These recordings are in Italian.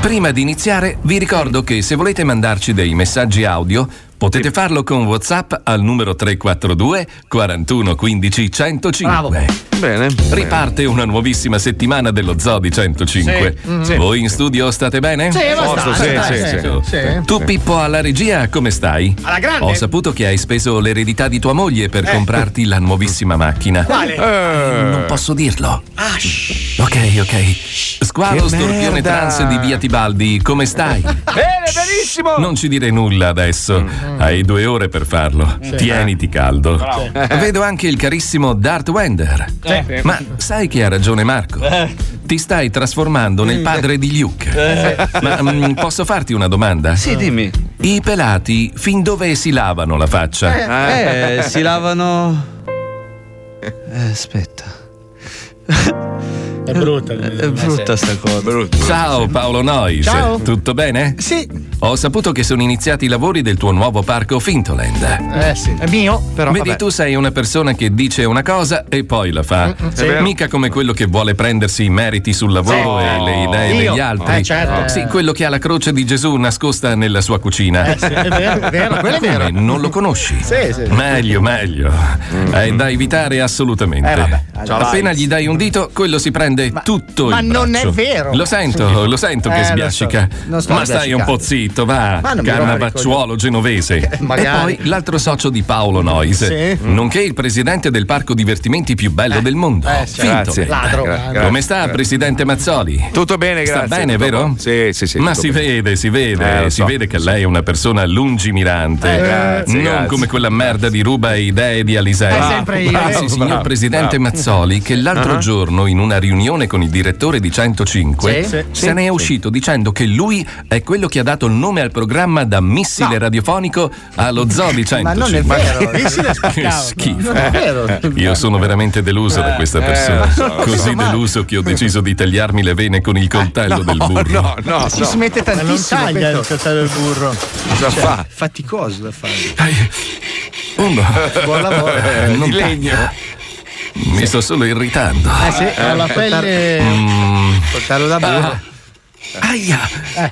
Prima di iniziare, vi ricordo che se volete mandarci dei messaggi audio, potete farlo con WhatsApp al numero 342 41 15 105. Bene. Riparte una nuovissima settimana dello Zoo di 105. Sì, mm. sì. Voi in studio state bene? Sì, abbastanza, Posto, sì, dai, sì, sì, sì. sì. Tu Pippo alla regia come stai? Alla grande. Oh, Eh. Ho saputo che hai speso l'eredità di tua moglie per comprarti la nuovissima eh. macchina. Eh, Quale? Non posso dirlo. ok, ok. Squalo Che storpione merda. trans di Via Tibaldi, come stai? Bene, benissimo. Non ci dire nulla adesso. Mm, Hai due ore per farlo. Tieniti caldo. Eh. Vedo anche il carissimo Darth Wender. Eh. Ma sai che ha ragione Marco? Ti stai trasformando Mm. nel padre di Luke. Ma mm, posso farti una domanda? Eh. Sì, dimmi. I pelati fin dove si lavano la faccia? Eh, si lavano. Eh, aspetta. È brutta. Eh, È brutta sta cosa. Ciao Paolo Nois. Ciao. Tutto bene? Sì. Ho saputo che sono iniziati i lavori del tuo nuovo parco Fintoland. Eh sì. È mio? Però, Vedi, vabbè. tu sei una persona che dice una cosa e poi la fa. È vero. Mica come quello che vuole prendersi i meriti sul lavoro e le idee Io. degli altri. Eh, certo. Sì, quello che ha la croce di Gesù nascosta nella sua cucina. Eh sì, è vero, è vero, quello è Come? Eh, vero. Non lo conosci? Sì, sì. Meglio, meglio. È da evitare assolutamente. Mm. Eh, vabbè, allora Appena gli dai un dito, quello si prende tutto ma il non braccio. è vero. Lo sento, lo sento Eh, che lo so. sbiascica. Non sto Ma stai un sbiascicando. po' zitto, va. Ma non mi Eh, Carnavacciuolo genovese. magari. E poi l'altro socio di Paolo Nois, Sì. Mm. nonché il presidente del parco divertimenti più bello del mondo. eh, sì. Finto. Grazie. Ladro. Gra- Come sta, presidente Mazzoli? Tutto bene, Sta grazie. bene, tutto vero? buono. Sì, sì, sì. Ma tutto si bene. vede, si Eh, vede, lo si so. vede che lei è una persona lungimirante. Eh, grazie, non grazie. come quella merda di ruba e idee di Alisei. È sempre io. eh. Anzi, Bravo, signor bravo, Uh-huh. presidente Mazzoli, che l'altro giorno in una riunione con il direttore di 105 Sì, sì, se ne è uscito dicendo che lui è quello che ha dato il nome al programma da missile radiofonico allo zoo di 105. Ma non è vero. Lì si la Che spaccavo. schifo. Non è vero. Io sono veramente deluso Eh, da questa persona. Così deluso che ho deciso di tagliarmi le vene con il coltello del burro. No, no, no. Eh, Si smette Ma non taglia il coltello del burro. Cosa Cioè, fa? Faticoso da fare. Uno. Buon lavoro. Eh, non legno. Mi sto solo irritando. Eh sì, Mm. ha la pelle. Portarlo da burro. Aia! Eh.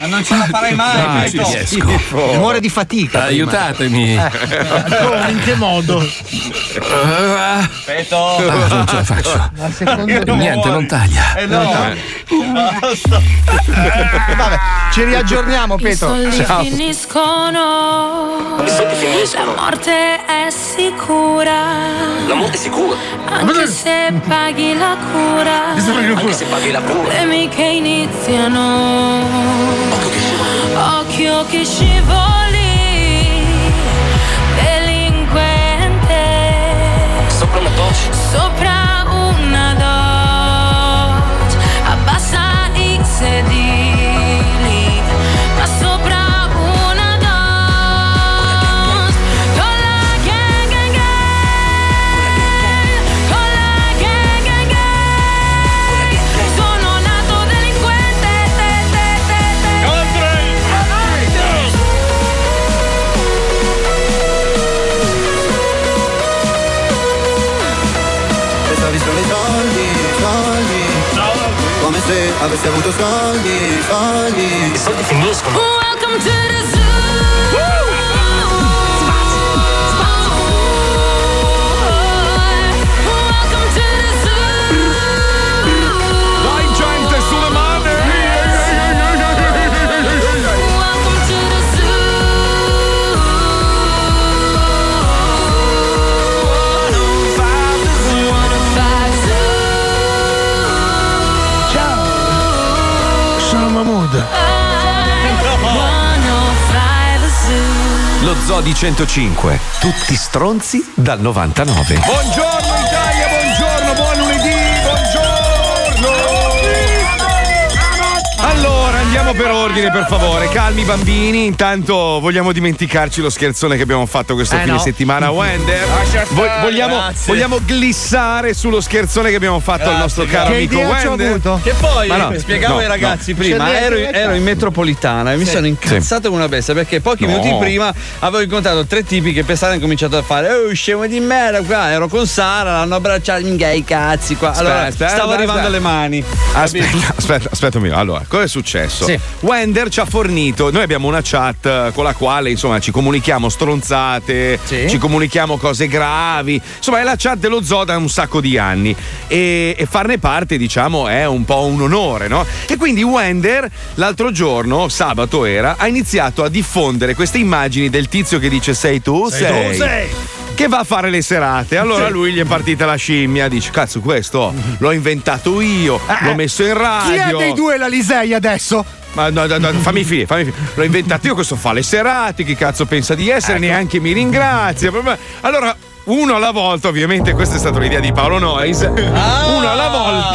Ma non ce la farai non mai. ci riesco. Muore di fatica. Eh, Aiutatemi! Come, in che modo? Ah, Aspetta. non ce la faccio. Ma secondo te. Niente, non taglia. Eh. Ci riaggiorniamo, I Peto. soldi finiscono. La morte è sicura. La morte è sicura. Anche se paghi la cura. Anche se paghi la cura. Problemi che iniziano. Occhio che scivoli. Delinquente. Sopra una doccia. Sopra una doccia. Abbassa i sedili. Ma sopra una doccia. Con la gang gang gang. Con la gang gang gang. Sono nato delinquente. Te, te, te, te. Pensavi solo ai soldi, soldi Come se avessi avuto soldi, soldi Welcome to the zoo. Welcome to the zoo. Gente sulle mani! Welcome to the Lo Zoo di 105. Tutti stronzi dal 99. Buongiorno Italia, buongiorno, buon lunedì, buongiorno. Allora, andiamo per ordine, per favore. Calmi bambini, intanto vogliamo dimenticarci lo scherzone che abbiamo fatto questo Eh, fine no. settimana a Wender. Lascia Vo- stare, vogliamo, grazie. vogliamo glissare sullo scherzone che abbiamo fatto al nostro caro amico Wender. Che poi Ma no, spiegavo no, ai ragazzi no. prima, ero, ero in metropolitana e mi Sì. sono incazzato come una bestia perché pochi No. minuti prima avevo incontrato tre tipi che pensavano hanno cominciato a fare "Oh, scemo di merda qua, ero con Sara, l'hanno abbracciato, minchia i cazzi qua". Allora, Aspetta, eh, stavo aspetta, arrivando aspetta. alle mani. Aspetta, aspetta, aspetta un minuto. Allora, cosa è successo? Sì. Wender ci ha fornito, noi abbiamo una chat eh, con la quale insomma ci comunichiamo stronzate, ci comunichiamo cose gravi, insomma è la chat dello zoo da un sacco di anni e, e farne parte diciamo è un po' un onore, no? E quindi Wender l'altro giorno, sabato era, ha iniziato a diffondere queste immagini del tizio che dice sei tu, sei. Sei tu, sei. Che va a fare le serate. Allora Sì. lui gli è partita la scimmia, dice: Cazzo, questo l'ho inventato io, l'ho messo in eh, Chi radio. è dei due l'Alisei adesso? Ma no, no, no, fammi finire, fammi finire. L'ho inventato io, questo fa le serate, chi cazzo pensa di essere, Ecco. neanche mi ringrazia. proprio- Allora, uno alla volta, ovviamente, questa è stata l'idea di Paolo Noyes. Ah, Uno alla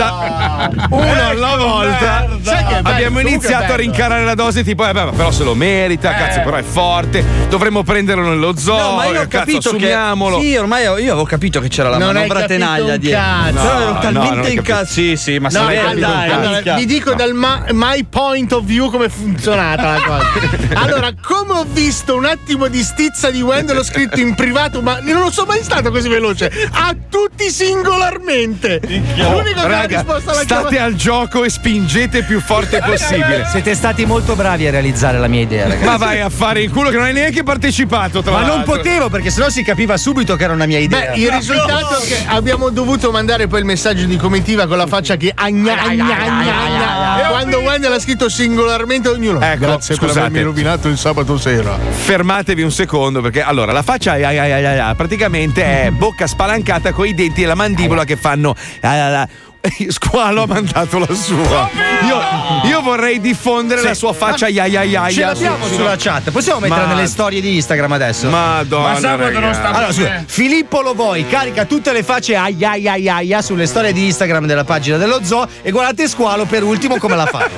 volta. Uno alla volta. Sai che è Ah. bello, abbiamo comunque è iniziato a bello. rincarare la dose, tipo, eh, beh, però se lo merita, cazzo, però è forte, dovremmo prenderlo nello Eh. zoo. eh, No, ma io ho cazzo, capito assumiamolo. che Sì, ormai io avevo capito che c'era la Non hai manombrattenaglia capito dietro. un cazzo. Però ero No, no, non talmente hai in capito. cazzo. Sì, sì, ma No, sai, allora, dai, Allora, minchia. vi dico dal ma- my point of view come è funzionata la cosa. Allora, come ho visto un attimo di stizza di Wendell, l'ho scritto in privato, ma non sono mai stato così veloce. A tutti singolarmente. L'unico che ha Raga, risposto alla state chiamata. al gioco e spingete più forte possibile. Siete stati molto bravi a realizzare la mia idea, ragazzi. Ma vai a fare il culo che non hai neanche partecipato. Tra Ma non l'altro. potevo perché sennò si capiva subito che era una mia idea. Beh, il risultato è che abbiamo dovuto mandare poi il messaggio di comitiva con la faccia che agna agna agna agna. Quando Wendell ha scritto singolarmente ognuno. Grazie per Ecco, scusate. avermi rovinato il sabato sera. Fermatevi un secondo perché allora la faccia ai ai ai ai ai ai, praticamente è bocca spalancata con i denti e la mandibola che fanno eh, ai ai ai. Squalo ha mandato la sua. Io, io vorrei diffondere la sua faccia ai ai ai ai, Ce ai, l'abbiamo su- su- sulla chat. Possiamo metterla Ma- nelle storie di Instagram adesso? Madonna, Ma sabato non ragazzi. sta Allora, bene. scusa, Filippo Lovoi carica tutte le facce ai ai ai ai ai sulle storie di Instagram della pagina dello zoo e guardate Squalo per ultimo come la fa.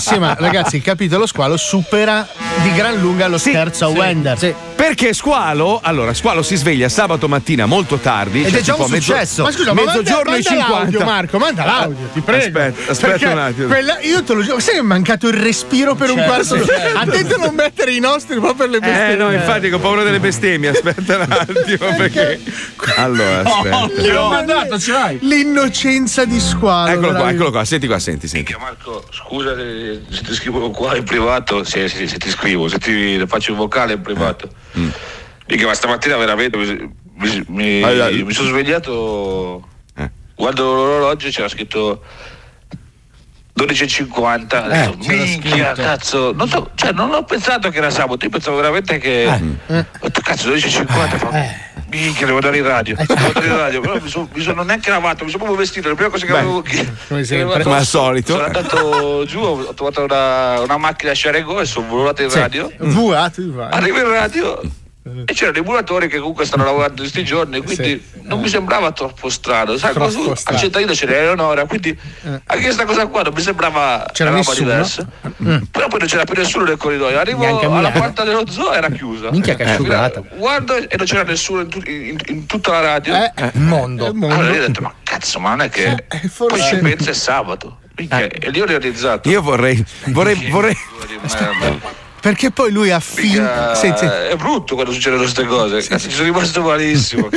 Sì, ma ragazzi, il capitolo squalo supera di gran lunga lo scherzo a Wender. Perché Squalo, allora, Squalo si sveglia sabato mattina molto tardi. cioè Ed è già tipo un a mezzo- successo. Ma scusa, ma manda- mezzogiorno e manda 50. l'audio, Marco, manda l'audio, ti prego. Aspetta, aspetta Perché un attimo. quella- io te lo giuro, sai che è mancato il respiro per un Certo, quarto certo. d'ora. Attento a non mettere i nostri proprio per le bestemmie. Eh no, infatti, che ho paura delle bestemmie. Aspetta un attimo, perché. Allora, aspetta. mandato, ce l'hai. L'innocenza di squalo. Eccolo qua, veramente. eccolo qua, senti qua, senti, senti. Scusa se se ti scrivo qua in privato, se, se- se ti scrivo, se ti faccio un vocale in privato. Dico, ma stamattina veramente mi, mi- mi- Allora- mi sono svegliato, guardo l'orologio c'era scritto 12.50, ho detto, minchia, cazzo, non, so, cioè, non ho pensato che era sabato, io pensavo veramente che... Ho detto, cazzo, 12.50, fa- minchia, devo andare in radio, devo andare in radio, però mi sono, mi sono neanche lavato, mi sono proprio vestito, la prima cosa che avevo... che- sempre. Come al solito. Sono andato giù, ho trovato una, una macchina a Sciarego e sono volato in radio. Vuato, vai. Arrivo in radio Eh. e c'erano dei muratori che comunque stanno lavorando in questi giorni, quindi non mi sembrava troppo strano. Sai, Troppo quando tu strano. Eh. al centralino c'era Eleonora, quindi anche questa cosa qua non mi sembrava C'era una roba nessuno? diversa. Mm. Però poi non c'era più nessuno nel corridoio. Arrivo Neanche a alla Milano. porta dello zoo era chiusa. Minchia che Eh, asciugata. Guardo e non c'era nessuno in, tut- in- in tutta la radio. Eh, mondo. Allora io ho detto, ma cazzo, ma non è che... Poi ci penso è sabato. Minchia, Eh. E lì ho realizzato. Io vorrei. Vorrei. vorrei... Perché poi lui ha finto. Mica- Senti, Eh, È brutto quando succedono queste cose. Cazzo, ci sono rimasto malissimo.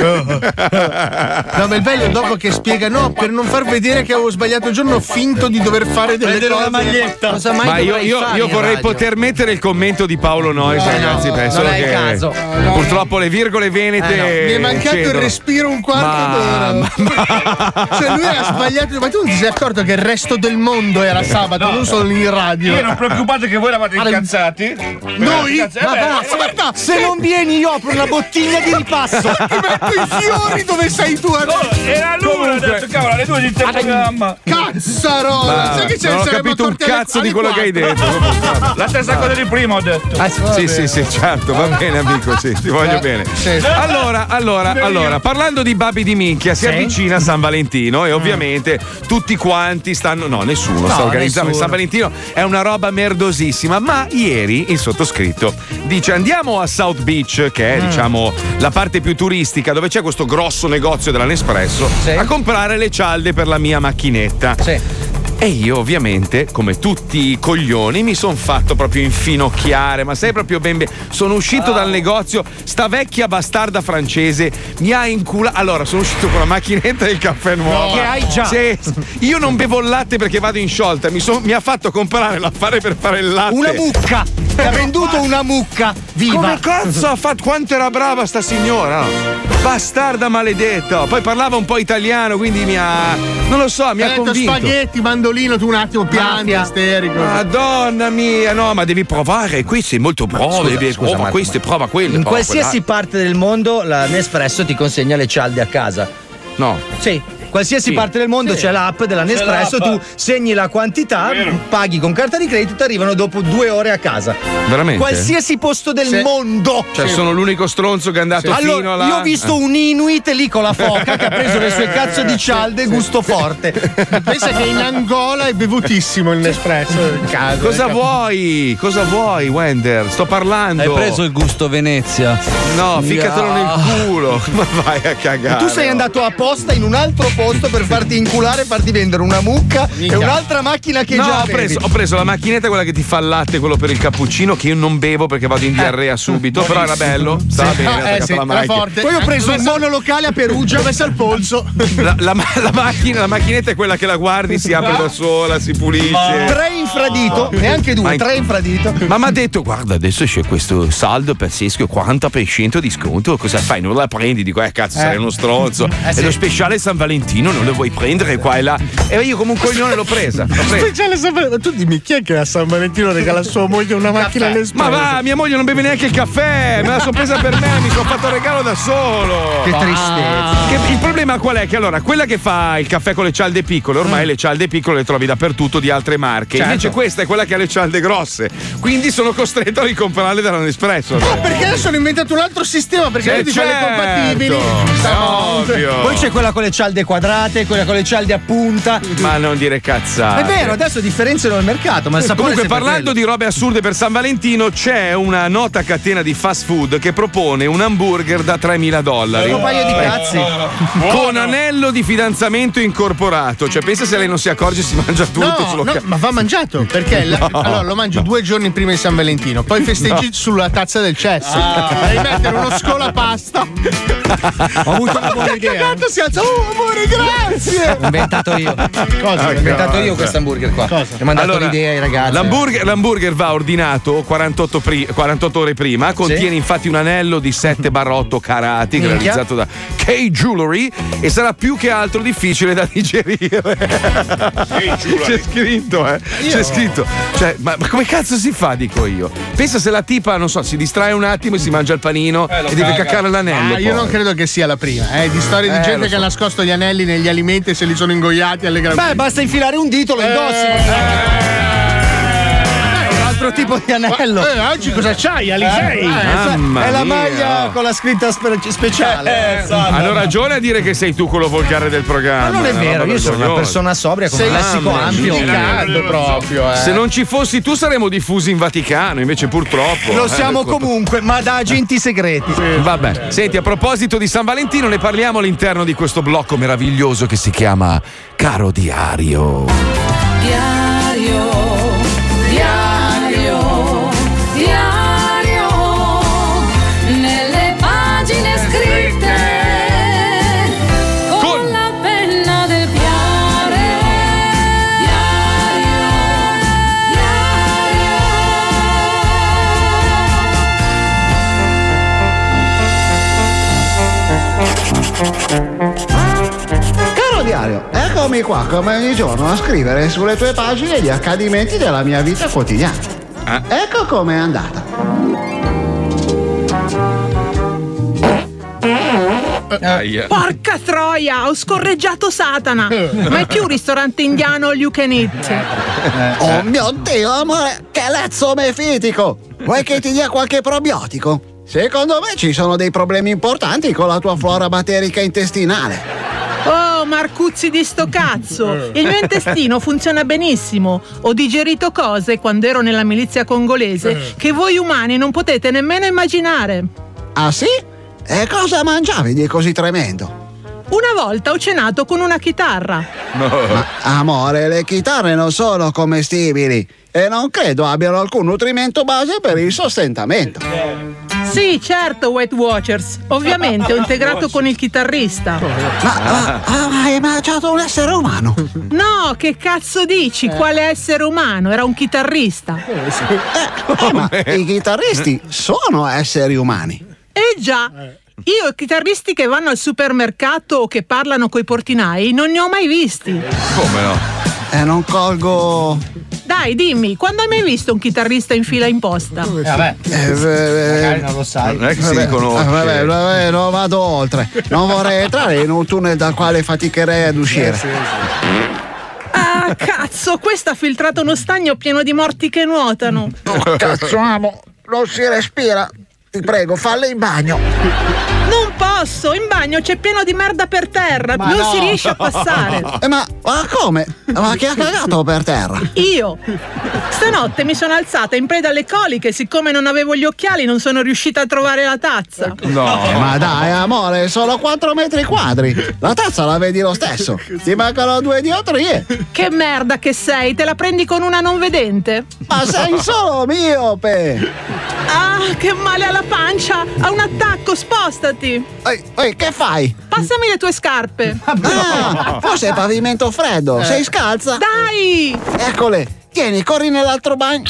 No, ma il bello è dopo che spiega no, per non far vedere che avevo sbagliato il giorno, ho finto di dover fare delle Prendere cose. la maglietta. Cosa mai Ma io, dovrei io- fare io in vorrei radio? poter mettere il commento di Paolo Nois, ragazzi. eh, no, penso non è il che caso. purtroppo le virgole venete. Eh, no. Mi è mancato cedono. il respiro un quarto Ma- d'ora. Cioè, lui ha sbagliato. Ma tu non ti sei accorto che il resto del mondo era sabato, non solo in radio. Io ero preoccupato che voi eravate Guarda, incazzati. Eh, Noi? Ma va, aspetta, se non vieni io apro una bottiglia di ripasso. Ti metto i fiori dove sei tu adesso. era lui, ha detto, cavolo, alle due di Ah, Cazzarola! Ma Sai che ce non ne ho saremmo capito un accorti alle- cazzo di alle quello che hai quattro. detto. La stessa cosa di prima ho detto. Ah, sì, sì, sì, certo, va bene amico, sì, ti Eh, voglio bene. Allora, allora, allora, parlando di babi di minchia, si Sì. avvicina San Valentino Mm. e ovviamente tutti quanti stanno, no, nessuno No, sta organizzando nessuno. San Valentino, è una roba merdosissima, ma ieri il sottoscritto dice andiamo a South Beach, che è Mm. diciamo la parte più turistica dove c'è questo grosso negozio della Nespresso, a comprare le cialde per la mia macchinetta. E io ovviamente, come tutti i coglioni, mi sono fatto proprio infinocchiare, ma sei proprio ben... be- sono uscito dal negozio, sta vecchia bastarda francese mi ha inculato... Allora, sono uscito con la macchinetta del caffè nuovo. Che hai già. Sì, sì. Eh, io non bevo il latte perché vado in sciolta, mi, son- mi ha fatto comprare l'affare per fare il latte. Una mucca! Ti ha venduto una mucca! Viva! Come cazzo ha fatto? Quanto era brava sta signora? Bastarda maledetta. Poi parlava un po' italiano, quindi mi ha. Non lo so, mi Ha ha detto convinto. Eh, spaghetti, mandolino, tu un attimo pianti, isterico. Madonna mia, no, ma devi provare, qui sei molto bravo, scusa, devi- scusa, prova Marco, questo, ma- prova quello. In prova qualsiasi parte del mondo la Nespresso ti consegna le cialde a casa. No. Sì. Qualsiasi Sì. parte del mondo Sì. c'è l'app della C'è Nespresso, l'app. tu segni la quantità, paghi con carta di credito, ti arrivano dopo due ore a casa. Veramente? Qualsiasi posto del Sì. mondo. Cioè, sono l'unico stronzo che è andato Allora, fino alla. io ho visto un Inuit lì con la foca che ha preso le sue cazzo di cialde gusto forte. Pensa che in Angola è bevutissimo il Nespresso. Caso, Cosa eh, cap- vuoi? Cosa vuoi, Wender? Sto parlando. Hai preso il gusto Venezia. No, ficcatelo nel culo. Ma vai a cagare. Tu sei andato apposta in un altro posto per farti inculare, farti vendere una mucca e un'altra macchina che no, già ho avevi. preso, ho preso la macchinetta, quella che ti fa il latte, quello per il cappuccino, che io non bevo perché vado in diarrea subito. Però era bello, stava Eh, Sì. bene, Ah, eh, attaccata sì, alla era macchina. forte. Eh, Poi ho preso un Dove monolocale a Perugia, messo al polso. La, la ma- la macchina, la macchinetta è quella che la guardi, si apre da sola, si pulisce. Tre infradito, neanche due, Ma in- tre infradito. Ma mi ha detto, guarda, adesso c'è questo saldo pazzesco, 40% di sconto, cosa fai? Non la prendi? Dico, eh cazzo, Eh. sarei uno stronzo. Eh, E sì. lo speciale San Valentino non lo vuoi prendere qua e là. E io come un coglione l'ho presa. L'ho presa. Speciale San Valentino. Tu dimmi chi è che a San Valentino regala a sua moglie una macchina all'espresso? Ma va, mia moglie non beve neanche il caffè, me la sono presa per me, mi sono fatto il regalo da solo. Che tristezza. Che- il problema qual è? Che allora, quella che fa il caffè con le cialde piccole, ormai le cialde piccole le trovi dappertutto di altre marche. Mm. Certo. Invece questa è quella che ha le cialde grosse. Quindi sono costretto a ricomprarle dalla Nespresso. Ma perché adesso hanno inventato un altro sistema? Perché Eh, vedi ti fa le certo. compatibili. È ovvio. Poi c'è quella con le cialde quadrate, quella con le cialde a punta. Ma non dire cazzate. È vero, adesso differenziano il mercato, ma il sapore Comunque, è sempre parlando di robe assurde per San Valentino, c'è una nota catena di fast food che propone un hamburger da 3.000 dollari. quello. un paio di Eh, cazzi. Con anello di fidanzamento incorporato. Cioè, pensa se lei non si accorge e si mangia tutto No, solo no, ca- ma va mangiato perché la- No. allora lo mangi due giorni prima di San Valentino, poi festeggi No. Ah. sulla tazza del cesso. Devi mettere uno scolapasta. Ho avuto una buona idea. Cagato si alza. Oh, amore, grazie. Ho inventato io. Cosa? Ho inventato io questo hamburger qua. Ho mandato Ah, Allora, l'idea ai ragazzi. L'hamburger, l'hamburger va ordinato 48, pri- 48 ore prima, contiene Sì. infatti un anello di 7-8 carati Minchia. realizzato da K Jewelry e sarà più che altro difficile da digerire. C'è scritto, eh. C'è scritto. Cioè, ma, ma come cazzo si fa, dico io? Pensa se la tipa, non so, si distrae un attimo e si mangia il panino Eh, lo e deve caga. caccare l'anello. Ah, io poi. non credo che sia la prima, eh, di storie di Eh, lo gente che so. ha nascosto gli anelli negli alimenti e se li sono ingoiati alle grandi. Beh, basta infilare un dito, lo indossi. Eh, un altro tipo di anello. Eh, oggi cosa c'hai, Alisei? Eh, Mamma è la mia. Eh, esatto. maglia con la scritta spe- speciale. Eh, Hanno ragione a dire che sei tu quello volgare del programma. Ma non è una vero, roba io sono una vergognosa. persona sobria con Sei un lessico mamma ampio. mia. Cado proprio, eh. Se non ci fossi tu saremmo diffusi in Vaticano, invece purtroppo. Lo eh, siamo purtroppo. comunque, ma da agenti segreti. Vabbè, senti, a proposito di San Valentino, ne parliamo all'interno di questo blocco meraviglioso che si chiama Caro Diario. Diario, diario, diario, nelle pagine scritte con, la penna del piare. Diario, Caro diario, eccomi qua come ogni giorno a scrivere sulle tue pagine gli accadimenti della mia vita quotidiana. Ecco com'è andata. Aia. Porca troia, ho scorreggiato Satana! Ma è più un ristorante indiano all you can eat. Oh mio dio, amore, che lezzo mefitico! Vuoi che ti dia qualche probiotico? Secondo me ci sono dei problemi importanti con la tua flora batterica intestinale. Oh, Marcuzzi di sto cazzo! Il mio intestino funziona benissimo. Ho digerito cose quando ero nella milizia congolese che voi umani non potete nemmeno immaginare. Ah sì? E cosa mangiavi di così tremendo? Una volta ho cenato con una chitarra. Ma, amore, le chitarre non sono commestibili e non credo abbiano alcun nutrimento base per il sostentamento. Sì, certo, White Watchers. Ovviamente ho integrato con il chitarrista. Ma, Ah, hai mangiato un essere umano? No, che cazzo dici? Quale essere umano? Era un chitarrista. Oh, Eh, ma i chitarristi sono esseri umani. Eh già, io i chitarristi che vanno al supermercato o che parlano coi portinai non ne ho mai visti. Come no? E non colgo. Dai, dimmi, quando hai mai visto un chitarrista in fila in posta? Eh, vabbè. magari non lo sai. Non è che si riconosce. eh, Vabbè, vabbè, non vado oltre. Non vorrei entrare in un tunnel dal quale faticherei ad uscire. Ah, cazzo, questo ha filtrato uno stagno pieno di morti che nuotano. Oh, Cazzo, ah, amo, non si respira. Ti prego, falle in bagno. Non posso, in bagno c'è pieno di merda per terra, Eh, non si riesce a passare. Eh, ma, ma come? Ma chi ha cagato per terra? Io stanotte mi sono alzata in preda alle coliche, siccome non avevo gli occhiali non sono riuscita a trovare la tazza. No. Eh, ma dai, amore, sono 4 metri quadri. La tazza la vedi lo stesso. Ti mancano due diotrie. Che merda che sei, te la prendi con una non vedente? Ma sei solo miope! Ah, che male alla pancia! Ha un attacco, spostati! Ehi, che fai? Passami le tue scarpe! Ah, forse è pavimento freddo. Eh. Sei scalza? Dai! Eccole! Tieni, corri nell'altro bagno.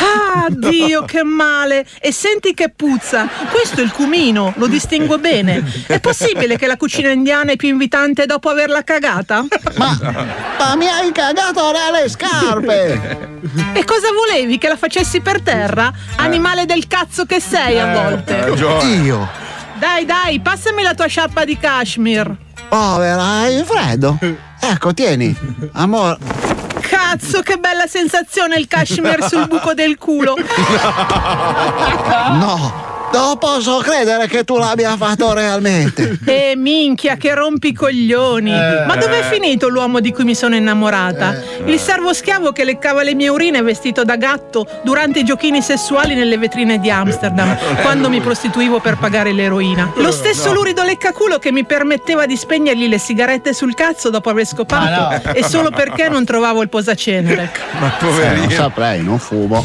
Ah, Dio, che male! E senti che puzza! Questo è il cumino, lo distingo bene. È possibile che la cucina indiana è più invitante dopo averla cagata? Ma mi hai cagato nelle scarpe! E cosa volevi che la facessi per terra? Eh. Animale del cazzo che sei Eh, a volte! Io. Dai, dai, passami la tua sciarpa di cashmere! Povera, hai freddo. Ecco, tieni. Amore. Cazzo, che bella sensazione il cashmere sul buco del culo! No. Non posso credere che tu l'abbia fatto realmente. E Eh, minchia, che rompicoglioni! Eh. Ma dov'è finito l'uomo di cui mi sono innamorata? Il servo schiavo che leccava le mie urine vestito da gatto durante i giochini sessuali nelle vetrine di Amsterdam, quando mi prostituivo per pagare l'eroina. Eh, Lo stesso No. lurido leccaculo che mi permetteva di spegnergli le sigarette sul cazzo dopo aver Ah, scopato no. e solo perché non trovavo il posacenere. Ma Eh, poverino. non Eh, saprei, non fumo.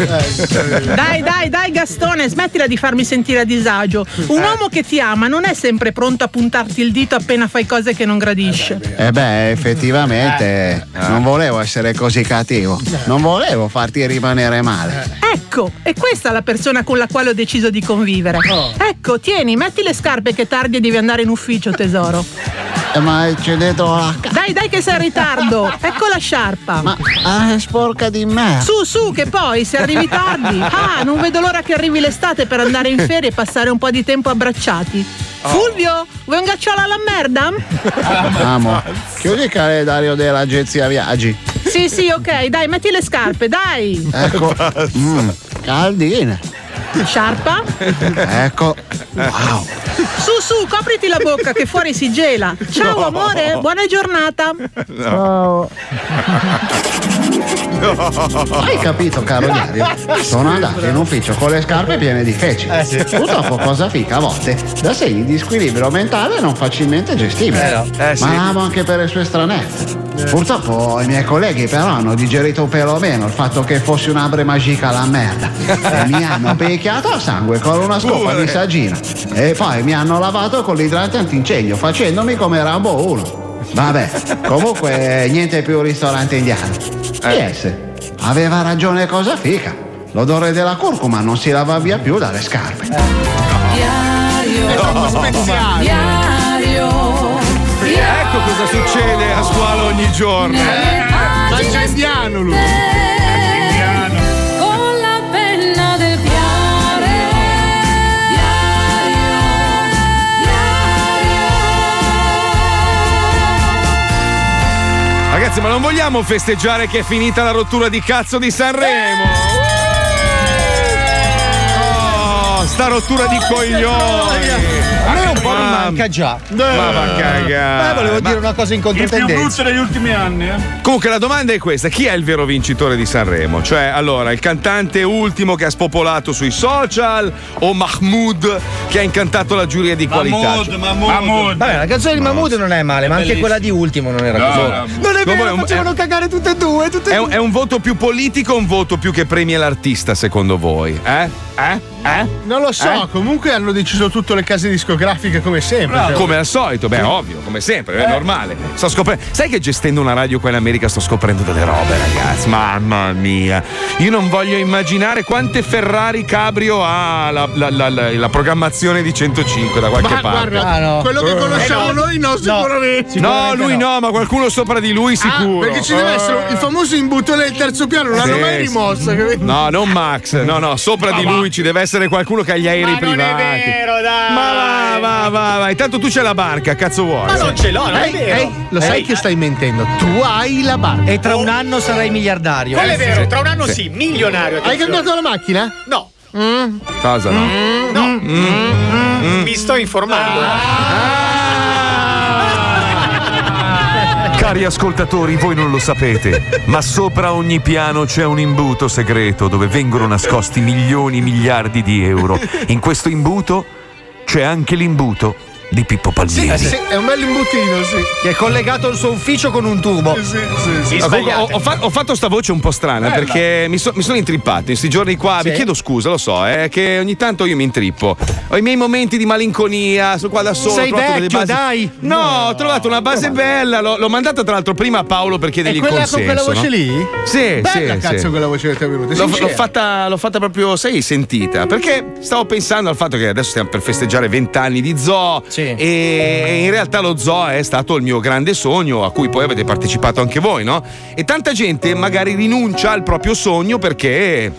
Dai, dai, dai, Gastone, smettila di farmi sentire a disagio. Un Eh. uomo che ti ama non è sempre pronto a puntarti il dito appena fai cose che non gradisce. Eh beh, effettivamente non volevo essere così cattivo. Non volevo farti rimanere male. Ecco, è questa la persona con la quale ho deciso di convivere. Oh. Ecco, tieni, metti le scarpe che tardi e devi andare in ufficio, tesoro. Eh, Ma c'è dentro la Dai, dai, che sei in ritardo. Ecco la sciarpa. Ma è ah, sporca di me. Su, su, che poi se arrivi tardi. Ah, non vedo l'ora che arrivi l'estate per andare in ferie e passare un po' di tempo abbracciati. Oh. Fulvio, vuoi un gacciolo alla merda? Amo. Chiudi il calendario dell'agenzia viaggi. Sì, sì, ok, dai, metti le scarpe, dai. Ecco. Mm, caldine. Sciarpa? Ecco. Wow. Su, su, copriti la bocca che fuori si gela. Ciao No. amore, buona giornata. Ciao. Hai capito, caro Dario? Sono andato in ufficio con le scarpe piene di feci. Eh, sì. Purtroppo cosa fica a volte da segni di squilibrio mentale non facilmente gestibile. Eh, no. Eh, sì. Ma l'amo anche per le sue stranezze. Purtroppo i miei colleghi però hanno digerito perlomeno il fatto che fossi una magica la merda. E mi hanno picchiato a sangue con una scopa di saggina. E poi mi hanno lavato con l'idrante antincendio facendomi come Rambo 1. Vabbè, comunque niente più ristorante indiano. PS, aveva ragione cosa fica. L'odore della curcuma non si lava via più dalle scarpe. È troppo speziale. Ecco cosa succede a scuola ogni giorno. Mangiandiano lui. Con la penna del piare Diario, Ragazzi, ma non vogliamo festeggiare che è finita la rottura di cazzo di Sanremo? Oh, sta rottura di coglioni! A me un po' mi manca già. Ma va a cagare. Eh, volevo Ma- dire una cosa in controtendenza. degli ultimi anni, eh? Comunque la domanda è questa, chi è il vero vincitore di Sanremo? Cioè, allora, il cantante ultimo che ha spopolato sui social o Mahmood che ha incantato la giuria di qualità? Cioè, Mahmood, Vabbè, la canzone di Mahmood non è male, ma anche bellissima. quella di ultimo non era No, così. no. Non è Comunque è vero, un- facevano cagare tutte e due, tutte e È due. un, è un voto più politico o un voto più che premia l'artista, secondo voi? Eh? Eh? Eh? Non lo so, Eh? comunque hanno deciso tutto le case discografiche come sempre. Cioè, Come al solito, beh, ovvio, come sempre, è normale. Sto scoprendo. Sai che gestendo una radio qua in America sto scoprendo delle robe, ragazzi. Mamma mia. Io non voglio immaginare quante Ferrari Cabrio ha la, la- la- la- la programmazione di 105 da qualche Ma parte. guarda, Ah, quello Eh, che conosciamo noi no, sicuramente. Ah, No, lui no. ma qualcuno sopra di lui sicuro. Perché ci deve Eh. essere il famoso imbutone del terzo piano, non l'hanno Sì, Mm. mai sì. rimossa. capito? No, non Max, no, no, sopra di lui ci deve essere qualcuno che ha gli aerei privati. dai. Ma va, va, va, va. Intanto tu c'è la barca, cazzo vuoi? Ma non ce l'ho, non è vero. lo sai Eh. che stai mentendo? Tu hai la barca. E tra un anno sarai miliardario. Oh. Eh, Quello è vero, Sì. tra un anno Sì. sì, milionario. Hai cambiato la macchina? Mm. No. Cosa Ah, no? No. Mm. Mi sto informando. Ah, Cari ascoltatori, voi non lo sapete, ma sopra ogni piano c'è un imbuto segreto dove vengono nascosti milioni, miliardi di euro. In questo imbuto c'è anche l'imbuto di Pippo Sì, Palmieri. Eh, sì, è un bel imbutino, sì. Eh, Che è collegato al suo ufficio con un tubo. oh, Sì, sì, Ah, comunque, ho, ho fa- ho fatto sta voce un po' Eh, strana Bella. perché mi, so- mi sono intrippato in sti giorni qua. Vi chiedo scusa, lo so, è che ogni tanto io mi intrippo. Ho i miei momenti di malinconia, sono qua da solo. Sei ho trovato delle vecchio, basi- dai. No, ho trovato una base bella. L'ho, l'ho mandata tra l'altro prima a Paolo per chiedergli E il quella consenso. con quella voce no? lì? Sì, Bella sì, cazzo sì. quella voce che ti è venuta. L'ho, sincera. l'ho fatta, l'ho fatta proprio, sai, sentita. Perché stavo pensando al fatto che adesso stiamo per festeggiare 20 anni di zoo. E, e in realtà lo zoo è stato il mio grande sogno, a cui poi avete partecipato anche voi, no? E tanta gente magari rinuncia al proprio sogno perché.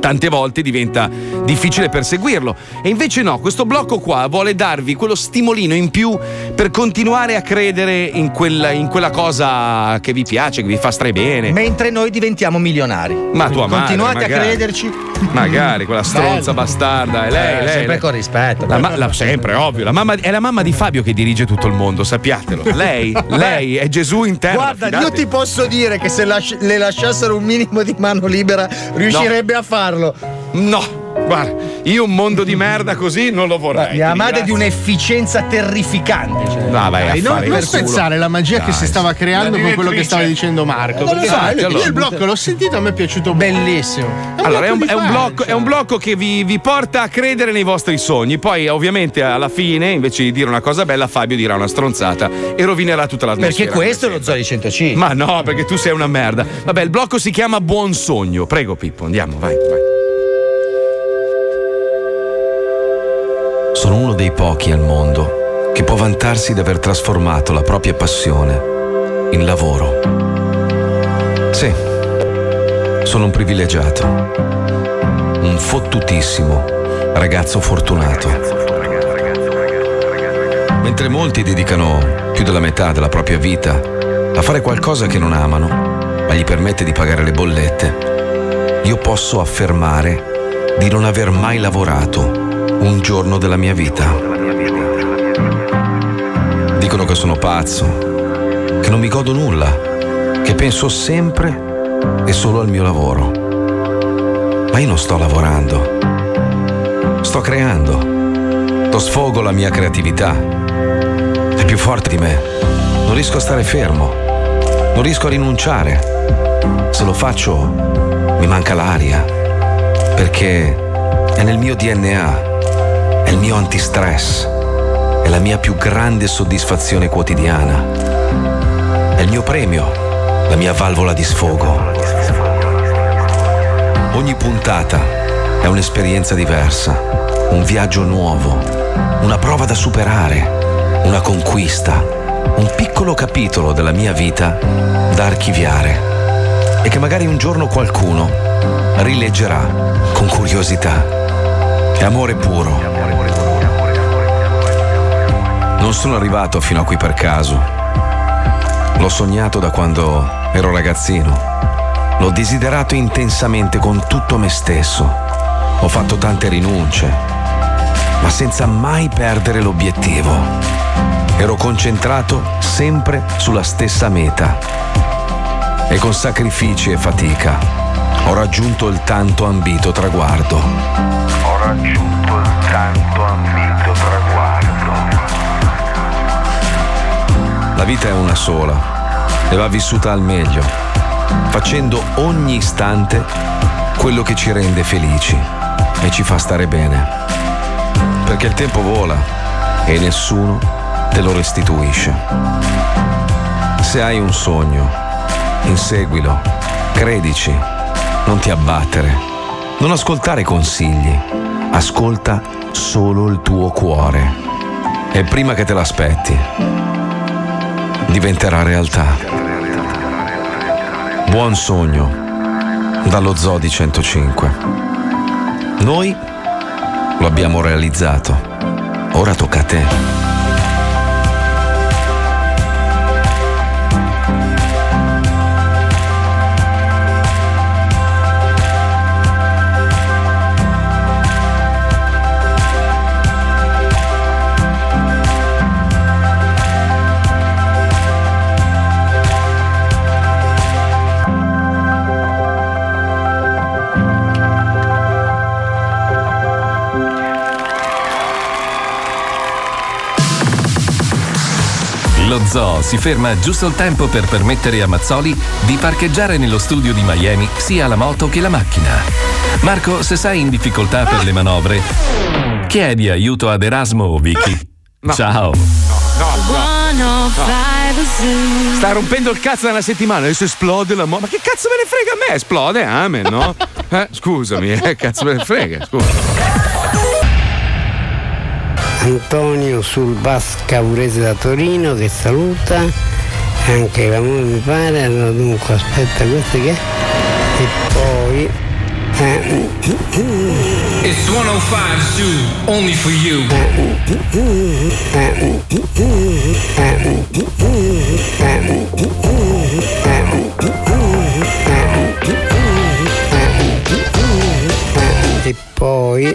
Tante volte diventa difficile perseguirlo. E invece no, questo blocco qua vuole darvi quello stimolino in più per continuare a credere in quella, in quella cosa che vi piace, che vi fa stare bene. Mentre noi diventiamo milionari. Ma tua madre, Continuate a magari. crederci. Magari quella stronza bastarda, è lei, Eh, lei. sempre lei. con rispetto. La ma- la- sempre, ovvio. La mamma di- è la mamma di Fabio che dirige tutto il mondo, sappiatelo. Lei, lei è Gesù in terra. Guarda, fidate. io ti posso dire che se lasci- le lasciassero un minimo di mano libera, riuscirebbe a farlo. No. Guarda, io un mondo di merda così non lo vorrei. Mia ti madre è di ringrazio. un'efficienza terrificante. Cioè. No, vai Dai, non, a fare non per culo. spezzare la magia Dai, che si stava creando con quello che stava dicendo Marco. Ah, Non lo perché so, io allora. il blocco l'ho sentito, a me è piaciuto bellissimo. Allora, è un, è un blocco, è un blocco che vi, vi porta a credere nei vostri sogni. Poi, ovviamente, alla fine, invece di dire una cosa bella, Fabio dirà una stronzata e rovinerà tutta la Perché questo è lo Zoli 105. Ma no, perché tu sei una merda. Vabbè, il blocco si chiama Buon Sogno. Prego, Pippo, andiamo, vai. Sono uno dei pochi al mondo che può vantarsi di aver trasformato la propria passione in lavoro. Sì, sono un privilegiato, un fottutissimo ragazzo fortunato. Mentre molti dedicano più della metà della propria vita a fare qualcosa che non amano, ma gli permette di pagare le bollette, io posso affermare di non aver mai lavorato un giorno della mia vita. Dicono che sono pazzo, che non mi godo nulla, che penso sempre e solo al mio lavoro. Ma io non sto lavorando, sto creando, do sfogo alla mia creatività. È più forte di me, non riesco a stare fermo, non riesco a rinunciare. Se lo faccio mi manca l'aria, perché è nel mio DNA, è il mio antistress, è la mia più grande soddisfazione quotidiana, è il mio premio, la mia valvola di sfogo. Ogni puntata è un'esperienza diversa, un viaggio nuovo, una prova da superare, una conquista, un piccolo capitolo della mia vita da archiviare. e che magari un giorno qualcuno rileggerà con curiosità. È amore puro. Non sono arrivato fino a qui per caso. L'ho sognato da quando ero ragazzino. L'ho desiderato intensamente con tutto me stesso. Ho fatto tante rinunce, ma senza mai perdere l'obiettivo. Ero concentrato sempre sulla stessa meta. E con sacrifici e fatica ho raggiunto il tanto ambito traguardo. Ho raggiunto il tanto ambito traguardo. La vita è una sola e va vissuta al meglio, facendo ogni istante quello che ci rende felici e ci fa stare bene. Perché il tempo vola e nessuno te lo restituisce. Se hai un sogno, inseguilo, credici, non ti abbattere, non ascoltare consigli, ascolta solo il tuo cuore. E prima che te l'aspetti, diventerà realtà. Buon sogno dallo Zoo di 105. Noi lo abbiamo realizzato. Ora tocca a te. Lo zoo si ferma giusto il tempo per permettere a Mazzoli di parcheggiare nello studio di Miami sia la moto che la macchina. Marco, se sei in difficoltà per le manovre, chiedi aiuto ad Erasmo o Vicky. Ciao. Sta rompendo il cazzo da una settimana, adesso esplode la mo. Ma che cazzo me ne frega a me? Esplode, amen, no? Eh, scusami, eh, cazzo me ne frega, scusa. Antonio sul bus Cavurese da Torino che saluta anche l'amore mi pare allora dunque aspetta questo che è? e poi eh, It's 105 Zoo, only for you. e poi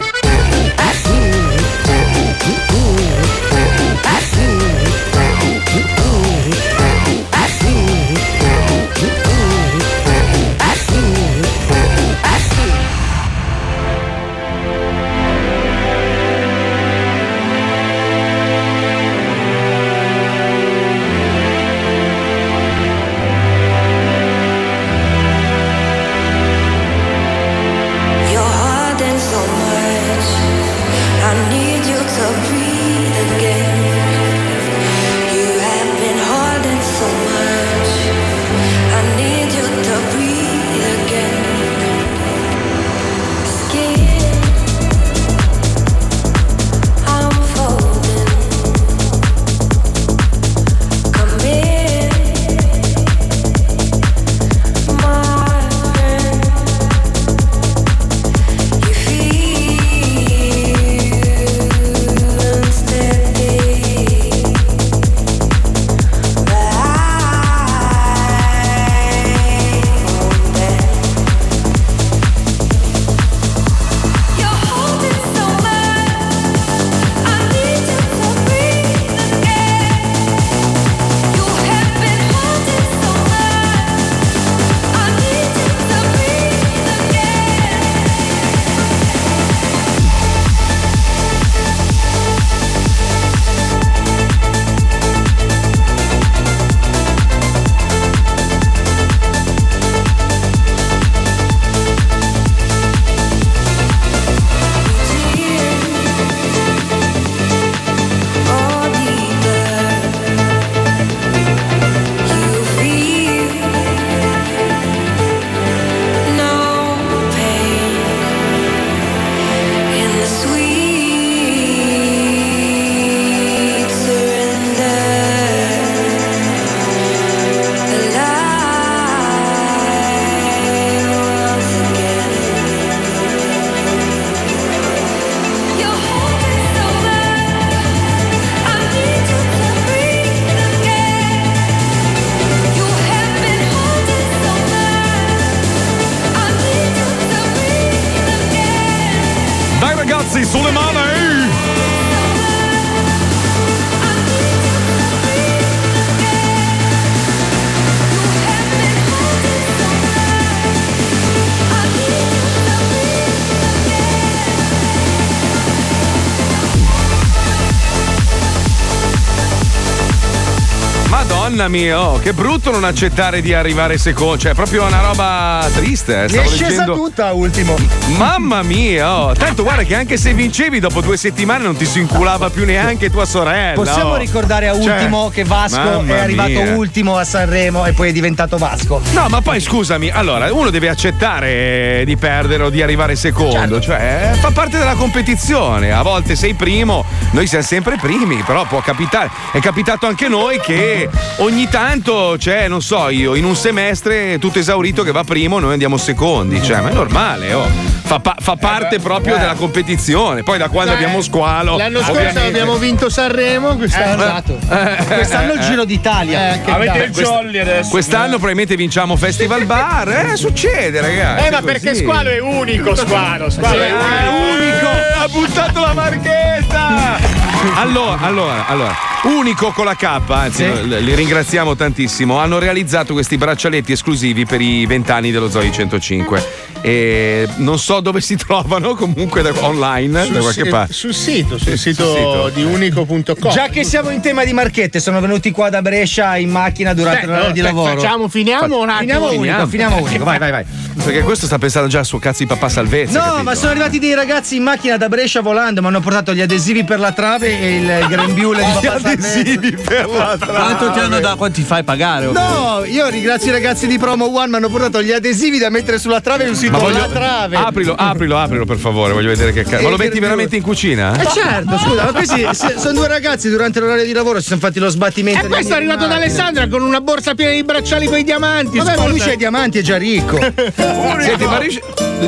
Your heart and soul. ragazzi, sulle mani! Madonna mia, oh, che brutto non accettare di arrivare secondo. Cioè, è proprio una roba triste. Eh. Mi è Stavo Eh, scesa leggendo- tutta ultimo. Mamma mia, oh. tanto guarda che anche se vincevi dopo due settimane non ti si inculava più neanche tua sorella. Possiamo oh. ricordare a Cioè, ultimo che Vasco mamma è arrivato mia. ultimo a Sanremo e poi è diventato Vasco. No, ma poi scusami, allora uno deve accettare eh, di perdere o di arrivare secondo, cioè eh, fa parte della competizione. A volte sei primo, noi siamo sempre primi, però può capitare. È capitato anche a noi che ogni tanto, cioè, non so io, in un semestre tutto esaurito che va primo, noi andiamo secondi, cioè, ma è normale, oh. Fa, pa- fa parte proprio della competizione. Poi da quando Eh, abbiamo squalo. L'anno scorso ovviamente- abbiamo vinto Sanremo, quest'anno. eh, Quest'anno il Giro d'Italia. Eh, che dai. Quest- Quest'anno probabilmente vinciamo Festival Bar. Eh, succede, ragazzi. Eh, ma perché così. Squalo è unico, Squalo. Squalo è unico. Eh, ha buttato la marchetta! Allora, allora, allora, Unico con la K, Sì. anzi, no, l- li ringraziamo tantissimo. Hanno realizzato questi braccialetti esclusivi per i vent'anni dello Zoe 105. E non so dove si trovano, comunque da- online, da qualche si- parte. sul sito, sul sito, sito. di unico.com. Già che siamo in tema di marchette, sono venuti qua da Brescia in macchina durante Beh, l'ora di Eh, fa- lavoro. facciamo- finiamo Fa- un attimo. Finiamo unico, Finiamo. Ah, finiamo, unico. Vai, vai, vai. Perché questo sta pensando già al suo cazzo di papà salvezza. No, capito? ma sono arrivati dei ragazzi in macchina da Brescia volando, mi hanno portato gli adesivi per la trave e il grembiule di Gli papà Salvezza. adesivi per la trave. Quanto ti hanno dato? Quanti fai pagare? No, io ringrazio i ragazzi di Promo One, mi hanno portato gli adesivi da mettere sulla trave in un sito Ma voglio- la trave. Aprilo, aprilo, aprilo per favore, voglio vedere che cazzo. Ma lo metti veramente in cucina? Eh, Eh certo, scusa, ma questi se- sono due ragazzi durante l'orario di lavoro si sono fatti lo sbattimento. E poi sono arrivato da Alessandra con una borsa piena di bracciali con i diamanti. Vabbè, ma lui scusa. c'ha i diamanti, è già ricco. Senti, ma riesci-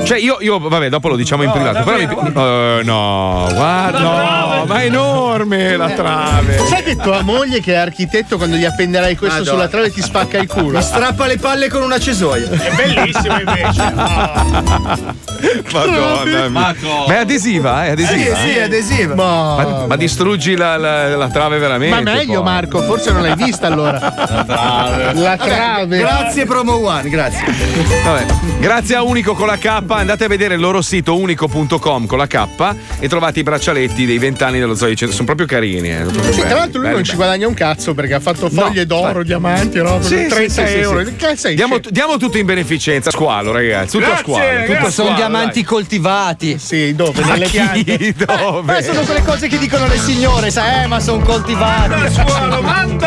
Cioè, io, io, vabbè, dopo lo diciamo in privato. Però mi... Eh, no, guarda, no, ma è enorme la trave. eh. Sai che tua moglie, che è architetto, quando gli appenderai questo Madonna. sulla trave ti spacca il culo. Mi strappa le palle con una cesoia. È bellissimo invece. Madonna. mia. Ma è adesiva, eh, è adesiva. Eh, Sì, sì, è adesiva. Ma, ma distruggi la, la- la trave Ma veramente. Boh. boh. meglio poi. Marco, forse non l'hai vista allora. La trave. La trave. Grazie Promo One, grazie. Vabbè. Grazie a Unico con la K, andate a vedere il loro sito unico.com con la K e trovate i braccialetti dei vent'anni dello Zoe 100. Sono proprio carini. eh, sono proprio Sì, tra belli, l'altro lui belli, non ci guadagna un cazzo perché ha fatto foglie d'oro, diamanti, roba, Sì, per sì, 30 sì, sì, euro. sì. Che cazzo sei? Diamo, diamo tutto in beneficenza, a squalo, ragazzi. Tutto a Grazie, squalo. tutto a grazie. squalo, Sono dai. diamanti coltivati. Sì, dove? Ma Nelle chi? piante. Dove? Eh, sono quelle cose che dicono le signore, sai, eh, ma sono coltivati.